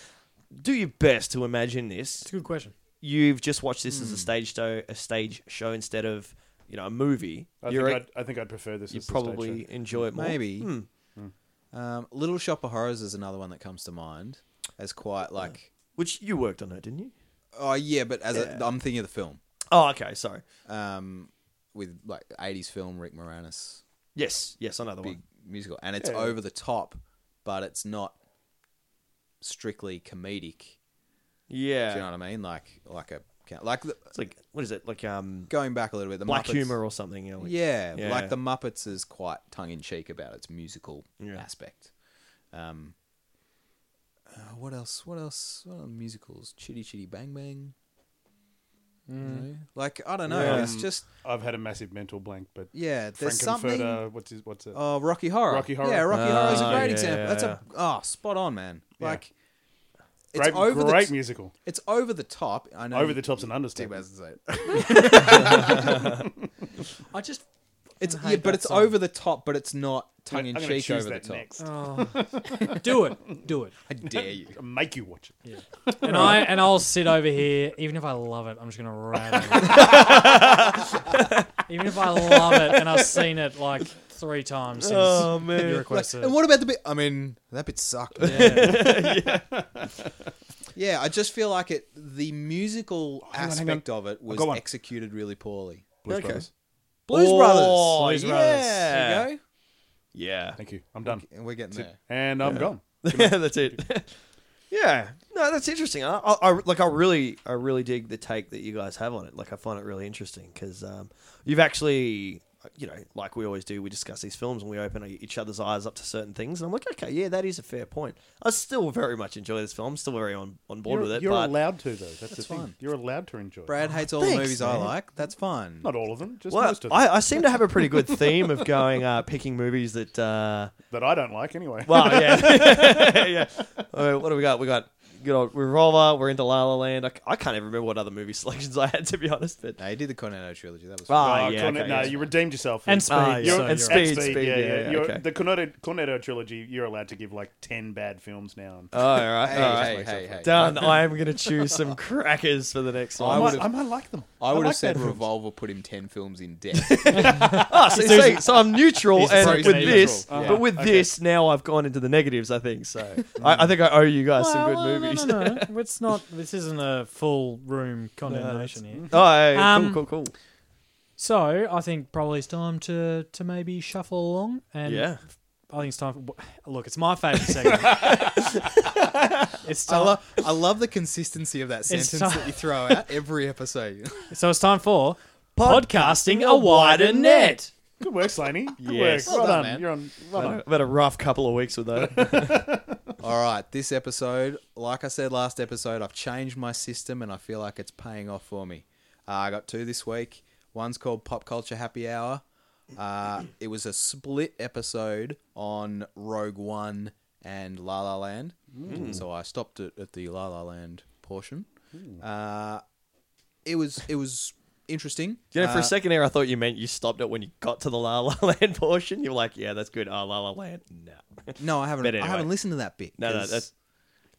Speaker 4: do your best to imagine this.
Speaker 1: It's a good question.
Speaker 4: You've just watched this
Speaker 3: Hmm.
Speaker 4: as a stage show, a stage show instead of you know a movie.
Speaker 3: I
Speaker 4: You
Speaker 3: think,
Speaker 4: rec-
Speaker 3: I'd, I think I'd prefer this.
Speaker 4: you
Speaker 3: as the stage show.
Speaker 4: probably enjoy it more.
Speaker 5: Maybe. Um, Little Shop of Horrors is another one that comes to mind as quite like.
Speaker 4: Which you worked on it, didn't you?
Speaker 5: Oh yeah, but as a, I'm thinking of the film,
Speaker 4: Oh, okay. Sorry.
Speaker 5: um, with like '80s film Rick Moranis
Speaker 4: Yes. Yes. Another
Speaker 5: big
Speaker 4: one.
Speaker 5: musical, and it's
Speaker 3: Yeah.
Speaker 5: over the top, but it's not strictly comedic.
Speaker 4: Yeah.
Speaker 5: Do you know what I mean? Like like a like the,
Speaker 4: It's like what is it? Like um,
Speaker 5: going back a little bit, the
Speaker 4: black
Speaker 5: Muppets,
Speaker 4: humor or something. You know, like-
Speaker 5: Yeah,
Speaker 4: Yeah.
Speaker 5: like the Muppets is quite tongue in cheek about its musical
Speaker 4: Yeah.
Speaker 5: aspect. Um, uh, what else? What else? What other musicals? Chitty Chitty Bang Bang. You know? Like I don't know.
Speaker 4: Mm. Yeah.
Speaker 5: It's just
Speaker 3: I've had a massive mental blank, but
Speaker 5: yeah. There's something.
Speaker 3: Frankenfurter. What's his, what's it?
Speaker 5: Oh, Rocky Horror.
Speaker 3: Rocky Horror.
Speaker 5: Yeah, Rocky
Speaker 4: Ah,
Speaker 5: Horror is a great
Speaker 4: yeah,
Speaker 5: example.
Speaker 4: yeah,
Speaker 5: That's a oh, spot on, man.
Speaker 3: Yeah.
Speaker 5: Like
Speaker 3: great,
Speaker 5: it's over
Speaker 3: great
Speaker 5: the
Speaker 3: musical.
Speaker 5: it's over the top. I know
Speaker 3: Over
Speaker 5: you-
Speaker 3: the top's an
Speaker 5: Steve
Speaker 3: understatement.
Speaker 5: has to say it.
Speaker 1: I just.
Speaker 5: It's
Speaker 1: hate
Speaker 5: yeah, but
Speaker 1: that
Speaker 5: it's
Speaker 1: song.
Speaker 5: over the top, but it's not tongue
Speaker 3: I'm
Speaker 5: in
Speaker 3: gonna
Speaker 5: cheek
Speaker 3: choose
Speaker 5: over the
Speaker 3: that
Speaker 5: top.
Speaker 3: next.
Speaker 1: Oh. do it. Do it.
Speaker 5: I dare you.
Speaker 3: Make you watch it.
Speaker 1: And I and I'll sit over here, even if I love it, I'm just gonna rat it. even if I love it and I've seen it like three times since
Speaker 4: Oh,
Speaker 1: you
Speaker 4: man.
Speaker 5: Like,
Speaker 1: requested.
Speaker 5: and what about the bit? I mean, that bit sucked. Yeah.
Speaker 1: yeah.
Speaker 5: I just feel like it. The musical
Speaker 3: Oh, hang on, hang
Speaker 5: aspect of it was
Speaker 3: got one.
Speaker 5: executed really poorly.
Speaker 3: Blues
Speaker 4: Okay.
Speaker 3: Brothers.
Speaker 5: Blues
Speaker 4: Oh,
Speaker 5: Brothers.
Speaker 4: Blues
Speaker 5: yeah.
Speaker 4: Brothers.
Speaker 5: There you go.
Speaker 4: Yeah.
Speaker 3: Thank you. I'm done.
Speaker 5: And we're getting there.
Speaker 3: And I'm gone.
Speaker 4: That's it. yeah. No, that's interesting. I, I, I like. I really, I really dig the take that you guys have on it. Like, I find it really interesting because um, you've actually, you know, like we always do, we discuss these films and we open each other's eyes up to certain things. And I'm like, okay, yeah, that is a fair point. I still very much enjoy this film. I'm still very on, on board
Speaker 3: You're,
Speaker 4: with it.
Speaker 3: you're
Speaker 4: but
Speaker 3: allowed to though. That's, the
Speaker 5: That's
Speaker 3: thing.
Speaker 5: fine.
Speaker 3: You're allowed to enjoy. it.
Speaker 5: Brad hates all the
Speaker 4: Thanks,
Speaker 5: movies I
Speaker 4: man.
Speaker 5: like. That's fine.
Speaker 3: Oh, Not all of them, just
Speaker 4: well,
Speaker 3: most of them
Speaker 4: I, I seem to have a pretty good theme of going uh, picking movies that. Uh,
Speaker 3: that I don't like anyway.
Speaker 4: well, yeah, yeah. I mean, what do we got? We got good old Revolver. We're into La La Land. I, c- I can't even remember what other movie selections I had to be honest, but.
Speaker 5: No, he did the Cornetto trilogy. That was
Speaker 4: Ah,
Speaker 5: fun.
Speaker 3: Oh,
Speaker 4: yeah,
Speaker 3: Cornet-
Speaker 4: okay,
Speaker 3: no,
Speaker 4: yeah.
Speaker 3: you redeemed yourself.
Speaker 1: And speed.
Speaker 4: Ah, yeah.
Speaker 1: so
Speaker 4: And
Speaker 1: you're-
Speaker 4: speed.
Speaker 3: And yeah, yeah.
Speaker 4: yeah,
Speaker 3: You're-
Speaker 4: okay.
Speaker 3: The Cornetto, Cornetto trilogy, you're allowed to give like 10 bad films now.
Speaker 4: Oh, all right,
Speaker 5: Hey,
Speaker 4: all right.
Speaker 5: hey, hey, hey.
Speaker 4: Done. I am going to choose some crackers for the next
Speaker 5: I
Speaker 4: one.
Speaker 5: would have-
Speaker 3: I, I might like them.
Speaker 5: I would have
Speaker 3: like
Speaker 5: said
Speaker 3: bad films.
Speaker 5: Revolver put him ten films in debt.
Speaker 4: Ah, so,
Speaker 1: Susan-
Speaker 4: so- so I'm neutral
Speaker 1: He's
Speaker 4: and
Speaker 1: very
Speaker 4: with
Speaker 1: neutral.
Speaker 4: this,
Speaker 5: Uh-huh.
Speaker 4: but with
Speaker 3: Okay.
Speaker 4: this now I've gone into the negatives. I think so. I, I think I owe you guys some good
Speaker 1: Well, no,
Speaker 4: movies.
Speaker 1: No, no, no. it's not. This isn't a full room condemnation here.
Speaker 4: oh, hey,
Speaker 1: Um,
Speaker 4: cool, cool, cool.
Speaker 1: So I think probably it's time to to maybe shuffle along. And
Speaker 4: Yeah.
Speaker 1: I think it's time. For, look, it's my favorite segment. it's
Speaker 5: I,
Speaker 1: time.
Speaker 5: lo- I love the consistency of that sentence
Speaker 1: so-
Speaker 5: that you throw out every episode.
Speaker 1: so it's time for podcasting a wider net.
Speaker 3: Good work, Slaney. Good
Speaker 4: Yes.
Speaker 3: work.
Speaker 5: Well
Speaker 3: Well,
Speaker 5: done,
Speaker 3: done.
Speaker 5: man.
Speaker 3: You're on. Well
Speaker 4: I've
Speaker 3: done.
Speaker 4: had a rough couple of weeks with that.
Speaker 5: All right, this episode, like I said last episode, I've changed my system and I feel like it's paying off for me. Uh, I got two this week. One's called Pop Culture Happy Hour. Uh, it was a split episode on Rogue One and La La Land.
Speaker 4: Mm.
Speaker 5: So I stopped it at the La La Land portion.
Speaker 4: Mm.
Speaker 5: Uh, it was it was interesting.
Speaker 4: You know, for
Speaker 5: Uh,
Speaker 4: a second there, I thought you meant you stopped it when you got to the La La Land portion. You're like, yeah, that's good. Ah, La La Land. No,
Speaker 5: no, I haven't.
Speaker 4: But anyway.
Speaker 5: I haven't listened to that bit.
Speaker 4: No, no,
Speaker 5: 'cause-
Speaker 4: that's-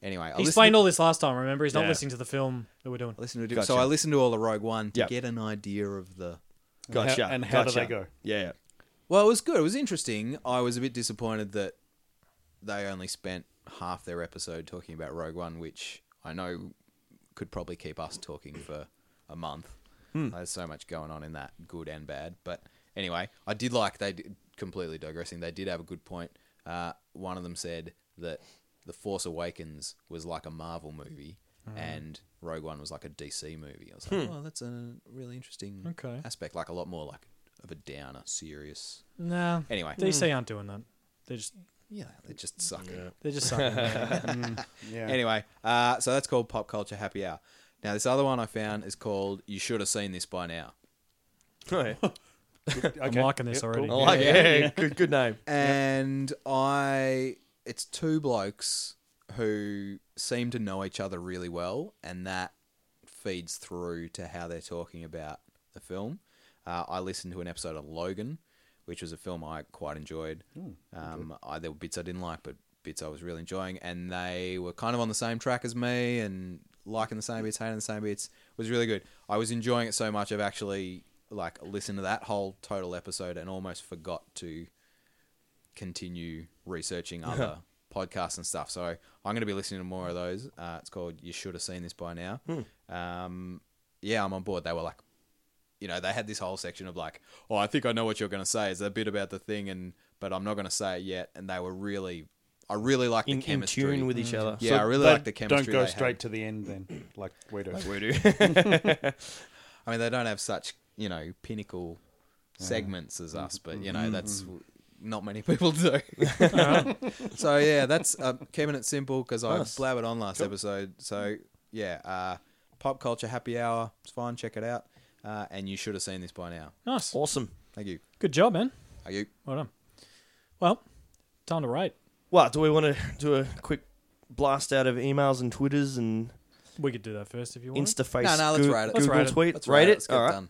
Speaker 5: anyway. I
Speaker 1: He
Speaker 5: listened
Speaker 1: explained all this last time. Remember, he's not
Speaker 4: Yeah.
Speaker 1: listening to the film that we're doing.
Speaker 5: I listened to
Speaker 4: Gotcha.
Speaker 5: so I listened to all the Rogue One to
Speaker 4: Yep.
Speaker 5: get an idea of the.
Speaker 4: gotcha.
Speaker 3: and how do
Speaker 4: gotcha.
Speaker 3: they go?
Speaker 4: Yeah, yeah.
Speaker 5: Well, it was good. It was interesting. I was a bit disappointed that they only spent half their episode talking about Rogue One, which I know could probably keep us talking for a month. There's so much going on in that, good and bad. But anyway, I did like they did, completely digressing. They did have a good point. Uh, one of them said that the Force Awakens was like a Marvel movie. And Rogue One was like a DC movie. I was like, oh, that's a really interesting
Speaker 1: Okay.
Speaker 5: aspect. Like a lot more like of a downer, serious
Speaker 1: No.
Speaker 5: Anyway.
Speaker 1: DC aren't doing that. They're just
Speaker 5: yeah, they just suck.
Speaker 1: they're just sucking.
Speaker 3: Yeah.
Speaker 5: Anyway, uh, so that's called Pop Culture Happy Hour. Now, this other one I found is called You Should Have Seen This By Now.
Speaker 1: I'm
Speaker 3: Okay.
Speaker 1: liking this
Speaker 3: Yep,
Speaker 1: already.
Speaker 4: I like it. Yeah, Good, good name.
Speaker 5: And I, it's two blokes who seem to know each other really well, and that feeds through to how they're talking about the film. Uh, I listened to an episode of Logan, which was a film I quite enjoyed. um, I, there were bits I didn't like, but bits I was really enjoying, and they were kind of on the same track as me and liking the same bits, hating the same bits. It was really good. I was enjoying it so much, I've actually like listened to that whole total episode and almost forgot to continue researching other podcasts and stuff. So I'm going to be listening to more of those. Uh, it's called "You Should Have Seen This by Now."
Speaker 4: Hmm.
Speaker 5: Um, yeah, I'm on board. They were like, you know, they had this whole section of like, "Oh, I think I know what you're going to say." It's a bit about the thing, and but I'm not going to say it yet. And they were really, I really like the
Speaker 4: In, in
Speaker 5: chemistry.
Speaker 4: tune with each other.
Speaker 5: yeah, I really
Speaker 3: They
Speaker 5: like the chemistry.
Speaker 3: Mm. Don't go
Speaker 5: they had.
Speaker 3: straight to the end then, like we do.
Speaker 4: We do.
Speaker 5: I mean, they don't have such you know pinnacle segments as us, but you
Speaker 4: Mm-hmm.
Speaker 5: know that's not many people do. so yeah, that's uh, keeping it simple because I blabbered on last episode. So yeah, uh, pop culture happy hour. It's fine. Check it out. Uh, and you should have seen this by now.
Speaker 1: Nice.
Speaker 4: awesome.
Speaker 5: Thank you.
Speaker 1: Good job, man.
Speaker 5: Thank you.
Speaker 1: Well done. Well, time to rate.
Speaker 4: What do we want to do? A quick blast out of emails and twitters and
Speaker 1: We could do that first if you want.
Speaker 4: Instaface.
Speaker 5: No, no, let's
Speaker 4: Goo-
Speaker 5: rate it.
Speaker 1: Let's
Speaker 4: Google
Speaker 1: rate it.
Speaker 4: tweet.
Speaker 5: Let's
Speaker 4: rate, it.
Speaker 5: Let's get
Speaker 4: All right.
Speaker 5: done.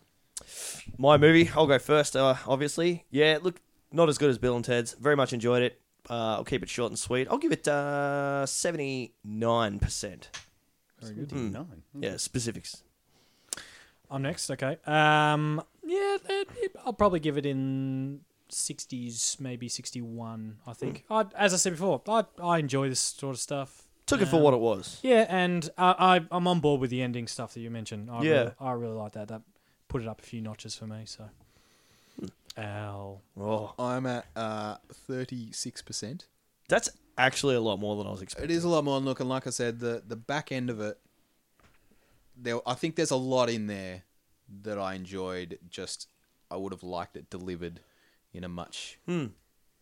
Speaker 4: My movie. I'll go first. Uh, obviously. Yeah. Look, not as good as Bill and Ted's. Very much enjoyed it. Uh, I'll keep it short and sweet. I'll give it seventy nine percent. Hmm.
Speaker 3: Nine.
Speaker 4: Yeah, specifics.
Speaker 1: I'm Oh, next. Okay. Um. Yeah. It, it- I'll probably give it in 60s, maybe 61. I think.
Speaker 4: Hmm.
Speaker 1: I, as I said before, I I enjoy this sort of stuff. Um,
Speaker 4: Took it for what it was.
Speaker 1: Yeah, and uh, I I'm on board with the ending stuff that you mentioned. I
Speaker 4: Yeah.
Speaker 1: really, I really like that. That put it up a few notches for me. So. Ow.
Speaker 4: Oh,
Speaker 5: I'm at thirty six uh, percent.
Speaker 4: that's actually a lot more than I was
Speaker 5: It
Speaker 4: expecting.
Speaker 5: is a lot more looking. Like I said, the the back end of it, there. I think there's a lot in there that I enjoyed. Just I would have liked it delivered in a much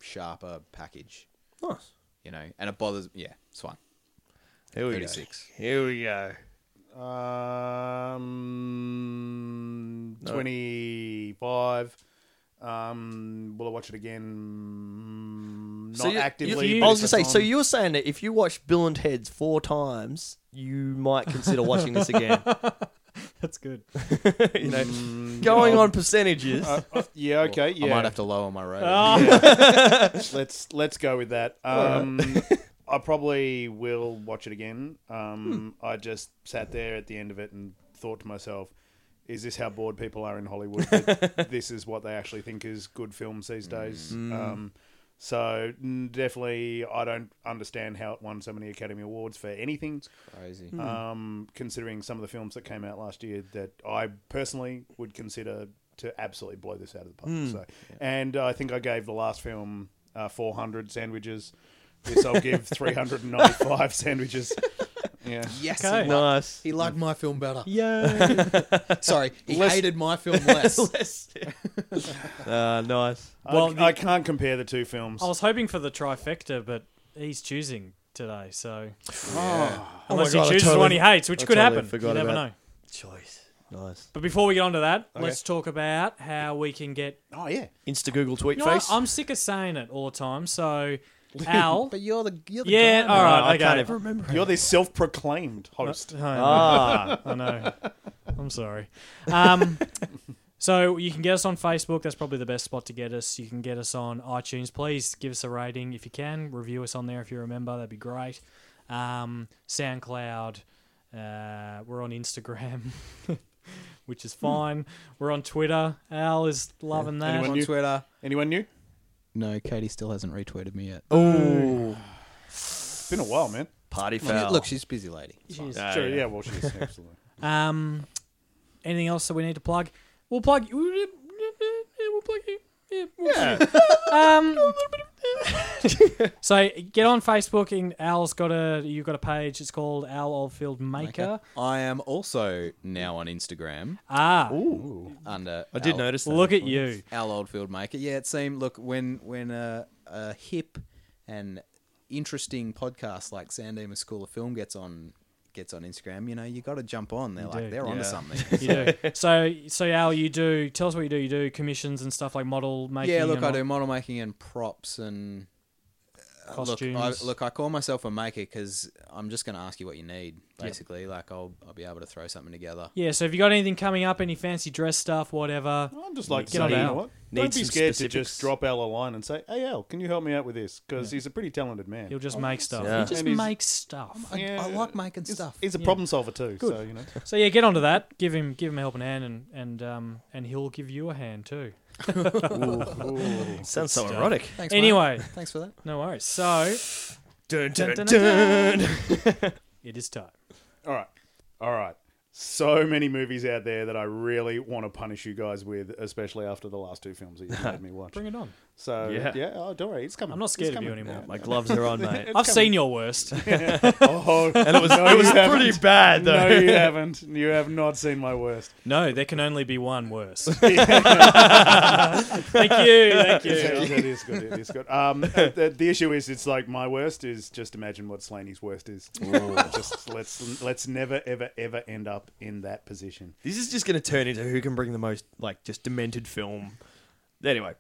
Speaker 5: sharper package.
Speaker 4: Nice.
Speaker 5: You know, and it bothers. Yeah, it's fine.
Speaker 4: Here we
Speaker 5: 36.
Speaker 4: go. Here we go.
Speaker 3: Um,
Speaker 4: No.
Speaker 3: 25. Um, will I watch it again? Mm, Not
Speaker 4: So you-
Speaker 3: actively.
Speaker 4: you-
Speaker 3: but
Speaker 4: I was
Speaker 3: if
Speaker 4: gonna say.
Speaker 3: it's
Speaker 4: So
Speaker 3: on-
Speaker 4: you're saying that if you watch Bill and Ted's four times, you might consider watching this again.
Speaker 1: That's good.
Speaker 4: you know, going on percentages.
Speaker 3: Uh, uh, yeah. Okay. Yeah. Ah.
Speaker 5: I might have to lower my rating.
Speaker 3: let's let's go with that. Um, I probably will watch it again. Um, I just sat there at the end of it and thought to myself, "Is this how bored people are in Hollywood? That this is what they actually think is good films these days." Um, so mm, definitely, I don't understand how it won so many Academy Awards for anything.
Speaker 5: Crazy.
Speaker 3: Um, considering some of the films that came out last year that I personally would consider to absolutely blow this out of the park. So, and uh, I think I gave the last film uh, 400 sandwiches. This I'll give 395 sandwiches. Yeah.
Speaker 5: Yes,
Speaker 1: Okay.
Speaker 5: he, liked,
Speaker 4: nice.
Speaker 5: he liked my film better.
Speaker 1: Yeah.
Speaker 5: Sorry, he
Speaker 3: Less-
Speaker 5: hated my film less.
Speaker 4: uh, nice.
Speaker 1: Well,
Speaker 3: I,
Speaker 1: the-
Speaker 3: I can't compare the two films.
Speaker 1: I was hoping for the trifecta, but he's choosing today, so Oh, unless
Speaker 4: Oh God, I
Speaker 1: he chooses
Speaker 4: totally-
Speaker 1: one he hates, which
Speaker 4: I
Speaker 1: could
Speaker 4: totally
Speaker 1: happen.
Speaker 4: forgot
Speaker 1: You never
Speaker 4: about-
Speaker 1: know.
Speaker 4: Choice. Nice.
Speaker 1: But before we get on to that, let's talk about how we can get.
Speaker 3: oh, yeah.
Speaker 4: Insta Google tweet
Speaker 1: You know,
Speaker 4: face.
Speaker 1: what? I'm sick of saying it all the time. So, Al.
Speaker 5: But you're the you're the
Speaker 1: yeah.
Speaker 5: guy.
Speaker 1: All right.
Speaker 4: I
Speaker 1: okay.
Speaker 4: can't even remember.
Speaker 3: You're the self proclaimed host.
Speaker 1: Oh,
Speaker 4: Ah,
Speaker 1: I know. I'm sorry. Um, so you can get us on Facebook. That's probably the best spot to get us. You can get us on iTunes. Please give us a rating if you can. Review us on there if you remember. That'd be great. Um, SoundCloud. Uh, we're on Instagram, which is fine. We're on Twitter. Al is loving that.
Speaker 5: on
Speaker 3: Anyone new?
Speaker 5: Twitter.
Speaker 3: Anyone new?
Speaker 5: No, Katie still hasn't retweeted me yet.
Speaker 3: It's been a while, man.
Speaker 4: party
Speaker 5: She-
Speaker 4: foul.
Speaker 5: look, she's a busy lady.
Speaker 1: Jeez.
Speaker 4: Ah,
Speaker 3: Sure,
Speaker 4: yeah.
Speaker 3: yeah. well, she's absolutely.
Speaker 1: Um, anything else that we need to plug? We'll plug. We'll plug you. Yeah, we'll plug you. Um, so get on Facebook. And Al's got a you've got a page. It's called Al Oldfield Maker.
Speaker 5: I am also now on Instagram
Speaker 1: Ah,
Speaker 5: under.
Speaker 4: I did
Speaker 5: Al-
Speaker 4: notice that.
Speaker 1: look at you.
Speaker 5: Al Oldfield Maker. Yeah, it seemed. Look, when when a, a hip and interesting podcast like Sandeema School of Film gets on gets on Instagram, you know, you got to jump on. They're
Speaker 1: You
Speaker 5: like
Speaker 1: do.
Speaker 5: they're onto
Speaker 4: Yeah.
Speaker 5: something.
Speaker 1: You do. so so Al, you do. Tell us what you do. You do commissions and stuff like model making.
Speaker 5: yeah, look,
Speaker 1: and
Speaker 5: I
Speaker 1: all-
Speaker 5: do model making and props and uh, Look
Speaker 1: Costumes.
Speaker 5: I, look, I call myself a maker because I'm just going to ask you what you need. Basically, like I'll I'll be able to throw something together.
Speaker 1: Yeah, so if you got anything coming up, any fancy dress stuff, whatever.
Speaker 3: I'd just like to
Speaker 1: Get
Speaker 3: say,
Speaker 1: on
Speaker 3: you
Speaker 1: out.
Speaker 3: know what?
Speaker 4: Need
Speaker 3: Don't be
Speaker 4: some
Speaker 3: scared to
Speaker 4: specifics.
Speaker 3: just drop Al a line and say, hey, Al, can you help me out with this? Because he's a pretty talented man.
Speaker 1: He'll
Speaker 5: Oh,
Speaker 1: just make stuff.
Speaker 4: Yeah.
Speaker 1: He just
Speaker 3: And he's-
Speaker 1: makes stuff.
Speaker 5: I,
Speaker 3: Yeah.
Speaker 5: I like making stuff.
Speaker 3: He's a problem solver too, so you know.
Speaker 1: So yeah, get onto that. Give him give him a helping hand, and and um and he'll give you a hand too.
Speaker 4: Sounds so erotic.
Speaker 5: Thanks. mate.
Speaker 1: anyway,
Speaker 5: thanks for that.
Speaker 1: no worries. So
Speaker 4: Dun, dun,
Speaker 1: dun,
Speaker 4: dun.
Speaker 1: it is time.
Speaker 3: All right. All right. So many movies out there that I really want to punish you guys with, especially after the last two films that you made me watch.
Speaker 1: Bring it on.
Speaker 3: So
Speaker 4: Yeah.
Speaker 3: yeah, oh, don't worry, it's coming.
Speaker 1: I'm not
Speaker 3: It's
Speaker 1: scared of you
Speaker 3: coming.
Speaker 1: anymore.
Speaker 4: My gloves are on, mate.
Speaker 1: I've seen your worst.
Speaker 3: Oh, and it was
Speaker 4: it was pretty bad though.
Speaker 3: No, you haven't. You have not seen my worst.
Speaker 1: no, there can only be one worse. thank you, thank
Speaker 3: Yeah,
Speaker 1: you.
Speaker 3: it is good. It is good. Um, the, the issue is, it's like my worst is just imagine what Slaney's worst is. just let's let's never ever ever end up in that position.
Speaker 4: This is just going to turn into who can bring the most like just demented film. Anyway,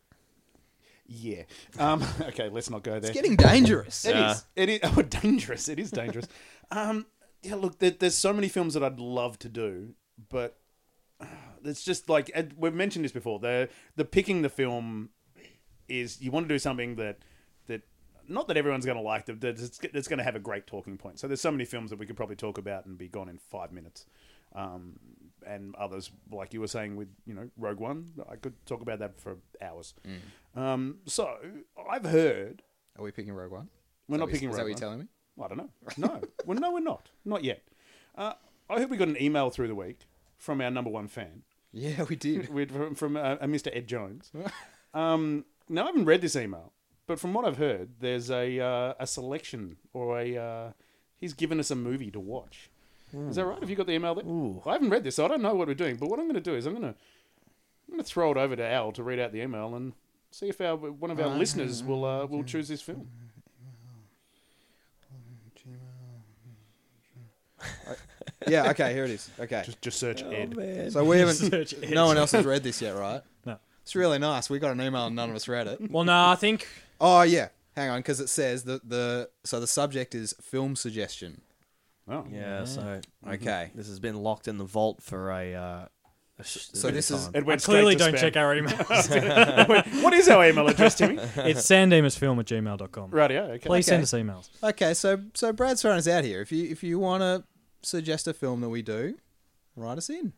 Speaker 3: Yeah. Um, okay, let's not go there.
Speaker 5: It's getting dangerous.
Speaker 3: It
Speaker 4: Yeah.
Speaker 3: is. It is. Oh, dangerous. It is dangerous. um, yeah. Look, there, there's so many films that I'd love to do, but uh, it's just like and we've mentioned this before. The the picking the film is you want to do something that that not that everyone's going to like that that it's, it's going to have a great talking point. So there's so many films that we could probably talk about and be gone in five minutes. Um, and others like you were saying with you know Rogue One, I could talk about that for hours.
Speaker 5: Mm.
Speaker 3: Um, so I've heard
Speaker 5: Are we picking Rogue One?
Speaker 3: We're
Speaker 5: Is
Speaker 3: not
Speaker 5: that what you-
Speaker 3: picking
Speaker 5: Is that
Speaker 3: Rogue
Speaker 5: what you're
Speaker 3: One.
Speaker 5: telling me?
Speaker 3: I don't know. No. well, no, we're not. Not yet. Uh, I hope we got an email through the week from our number one fan,
Speaker 5: Yeah, we did.
Speaker 3: uh, with, from, from uh, a Mr. Ed Jones. Um, now, I haven't read this email, But from what I've heard, there's a uh, a selection or a uh, he's given us a movie to watch. Is that right? Have you got the email there? I haven't read this, so I don't know what we're doing. But what I'm going to do is I'm going to I'm going to throw it over to Al to read out the email and see if our one of our listeners will uh, will choose this film.
Speaker 5: Yeah, okay, here it is. Okay.
Speaker 3: Just just search Ed.
Speaker 5: so we haven't.
Speaker 1: Search it.
Speaker 5: No one else has read this yet, right?
Speaker 1: No.
Speaker 5: It's really nice. We got an email and none of us read it.
Speaker 1: Well, no, I think
Speaker 5: Oh yeah, hang on, because it says that the so the subject is film suggestion.
Speaker 3: Oh.
Speaker 4: Yeah, so
Speaker 5: Okay,
Speaker 4: this has been locked in the vault for a. Uh, a sh-
Speaker 5: so
Speaker 4: bit
Speaker 5: this
Speaker 4: of
Speaker 5: is
Speaker 4: time.
Speaker 3: It went straight
Speaker 1: clearly
Speaker 3: to
Speaker 1: don't
Speaker 3: spam.
Speaker 1: check our email.
Speaker 3: What is our email address, Timmy?
Speaker 1: it's sandemusfilm at gmail.com.
Speaker 3: right, yeah, okay.
Speaker 1: Please
Speaker 5: Okay.
Speaker 1: send us emails.
Speaker 5: okay. So so Brad's throwing us out here. If you if you want to suggest a film that we do, write us in.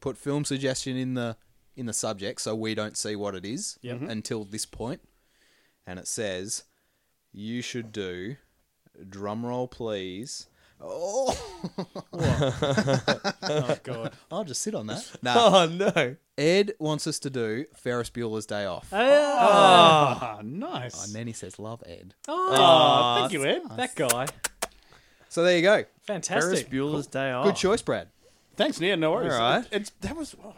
Speaker 5: Put film suggestion in the in the subject so we don't see what it is
Speaker 1: Yep.
Speaker 5: until this point. And it says you should do drum roll please. Oh,
Speaker 1: Oh, God.
Speaker 5: I'll just sit on that. Nah,
Speaker 4: Oh no!
Speaker 5: Ed wants us to do Ferris Bueller's Day Off.
Speaker 1: Uh, Oh,
Speaker 3: Ah, nice.
Speaker 5: And then he says, "Love Ed."
Speaker 1: oh,
Speaker 3: Ah, thank you, Ed.
Speaker 1: that guy.
Speaker 5: So there you go.
Speaker 4: Ferris
Speaker 1: Fantastic.
Speaker 4: Bueller's Day Off.
Speaker 1: oh.
Speaker 5: Good choice, Brad.
Speaker 3: Thanks, Nia. No worries.
Speaker 4: All right.
Speaker 3: It- it's that was. oh.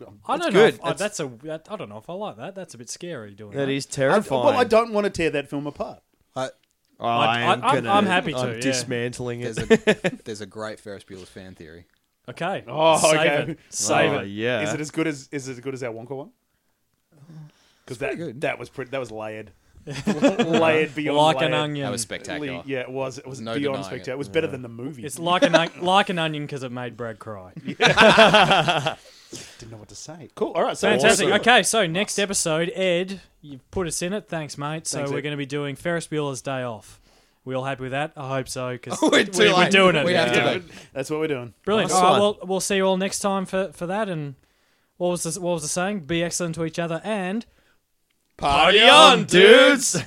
Speaker 1: I don't
Speaker 4: That's
Speaker 1: know.
Speaker 4: good.
Speaker 1: If, I- that's a. That, I don't know if I like that. That's a bit scary doing that.
Speaker 4: That is
Speaker 3: I,
Speaker 4: terrifying.
Speaker 3: well, I don't want to tear that film apart.
Speaker 5: Uh,
Speaker 4: I am
Speaker 1: I- I'm-
Speaker 4: gonna-
Speaker 1: I'm happy to,
Speaker 4: I'm
Speaker 1: yeah.
Speaker 4: dismantling
Speaker 5: there's
Speaker 4: it.
Speaker 5: a there's a great Ferris Bueller fan theory.
Speaker 1: Okay.
Speaker 3: Oh,
Speaker 1: Save
Speaker 3: okay.
Speaker 1: it. Save
Speaker 4: Oh,
Speaker 1: it.
Speaker 4: yeah.
Speaker 3: Is it as good as is it as good as our Wonka one? Because that
Speaker 5: good.
Speaker 3: that was pretty. That was layered, layered beyond
Speaker 1: Like
Speaker 3: layered.
Speaker 1: an onion.
Speaker 5: That was spectacular.
Speaker 3: Yeah, it was. It was
Speaker 5: No
Speaker 3: beyond
Speaker 5: denying it.
Speaker 3: spectacular. It was better than the movie.
Speaker 1: It's like an on- like an onion because it made Brad cry.
Speaker 3: Didn't know what to say. Cool. All right. So
Speaker 1: Fantastic.
Speaker 3: Awesome.
Speaker 1: Okay, so next episode, Ed, you've put us in it. Thanks, mate. So
Speaker 3: Thanks,
Speaker 1: we're
Speaker 3: Ed.
Speaker 1: going to be doing Ferris Bueller's Day Off. We all happy with that? I hope so because
Speaker 3: Oh,
Speaker 5: We're
Speaker 1: we're,
Speaker 5: too late.
Speaker 1: doing it.
Speaker 5: We have to
Speaker 1: Yeah.
Speaker 5: do it.
Speaker 3: Yeah, that's what we're doing.
Speaker 1: Brilliant.
Speaker 5: Nice
Speaker 1: all right,
Speaker 5: one.
Speaker 1: well, we'll see you all next time for, for that. And what was the, what was the saying? Be excellent to each other and
Speaker 5: Party
Speaker 4: on, dudes.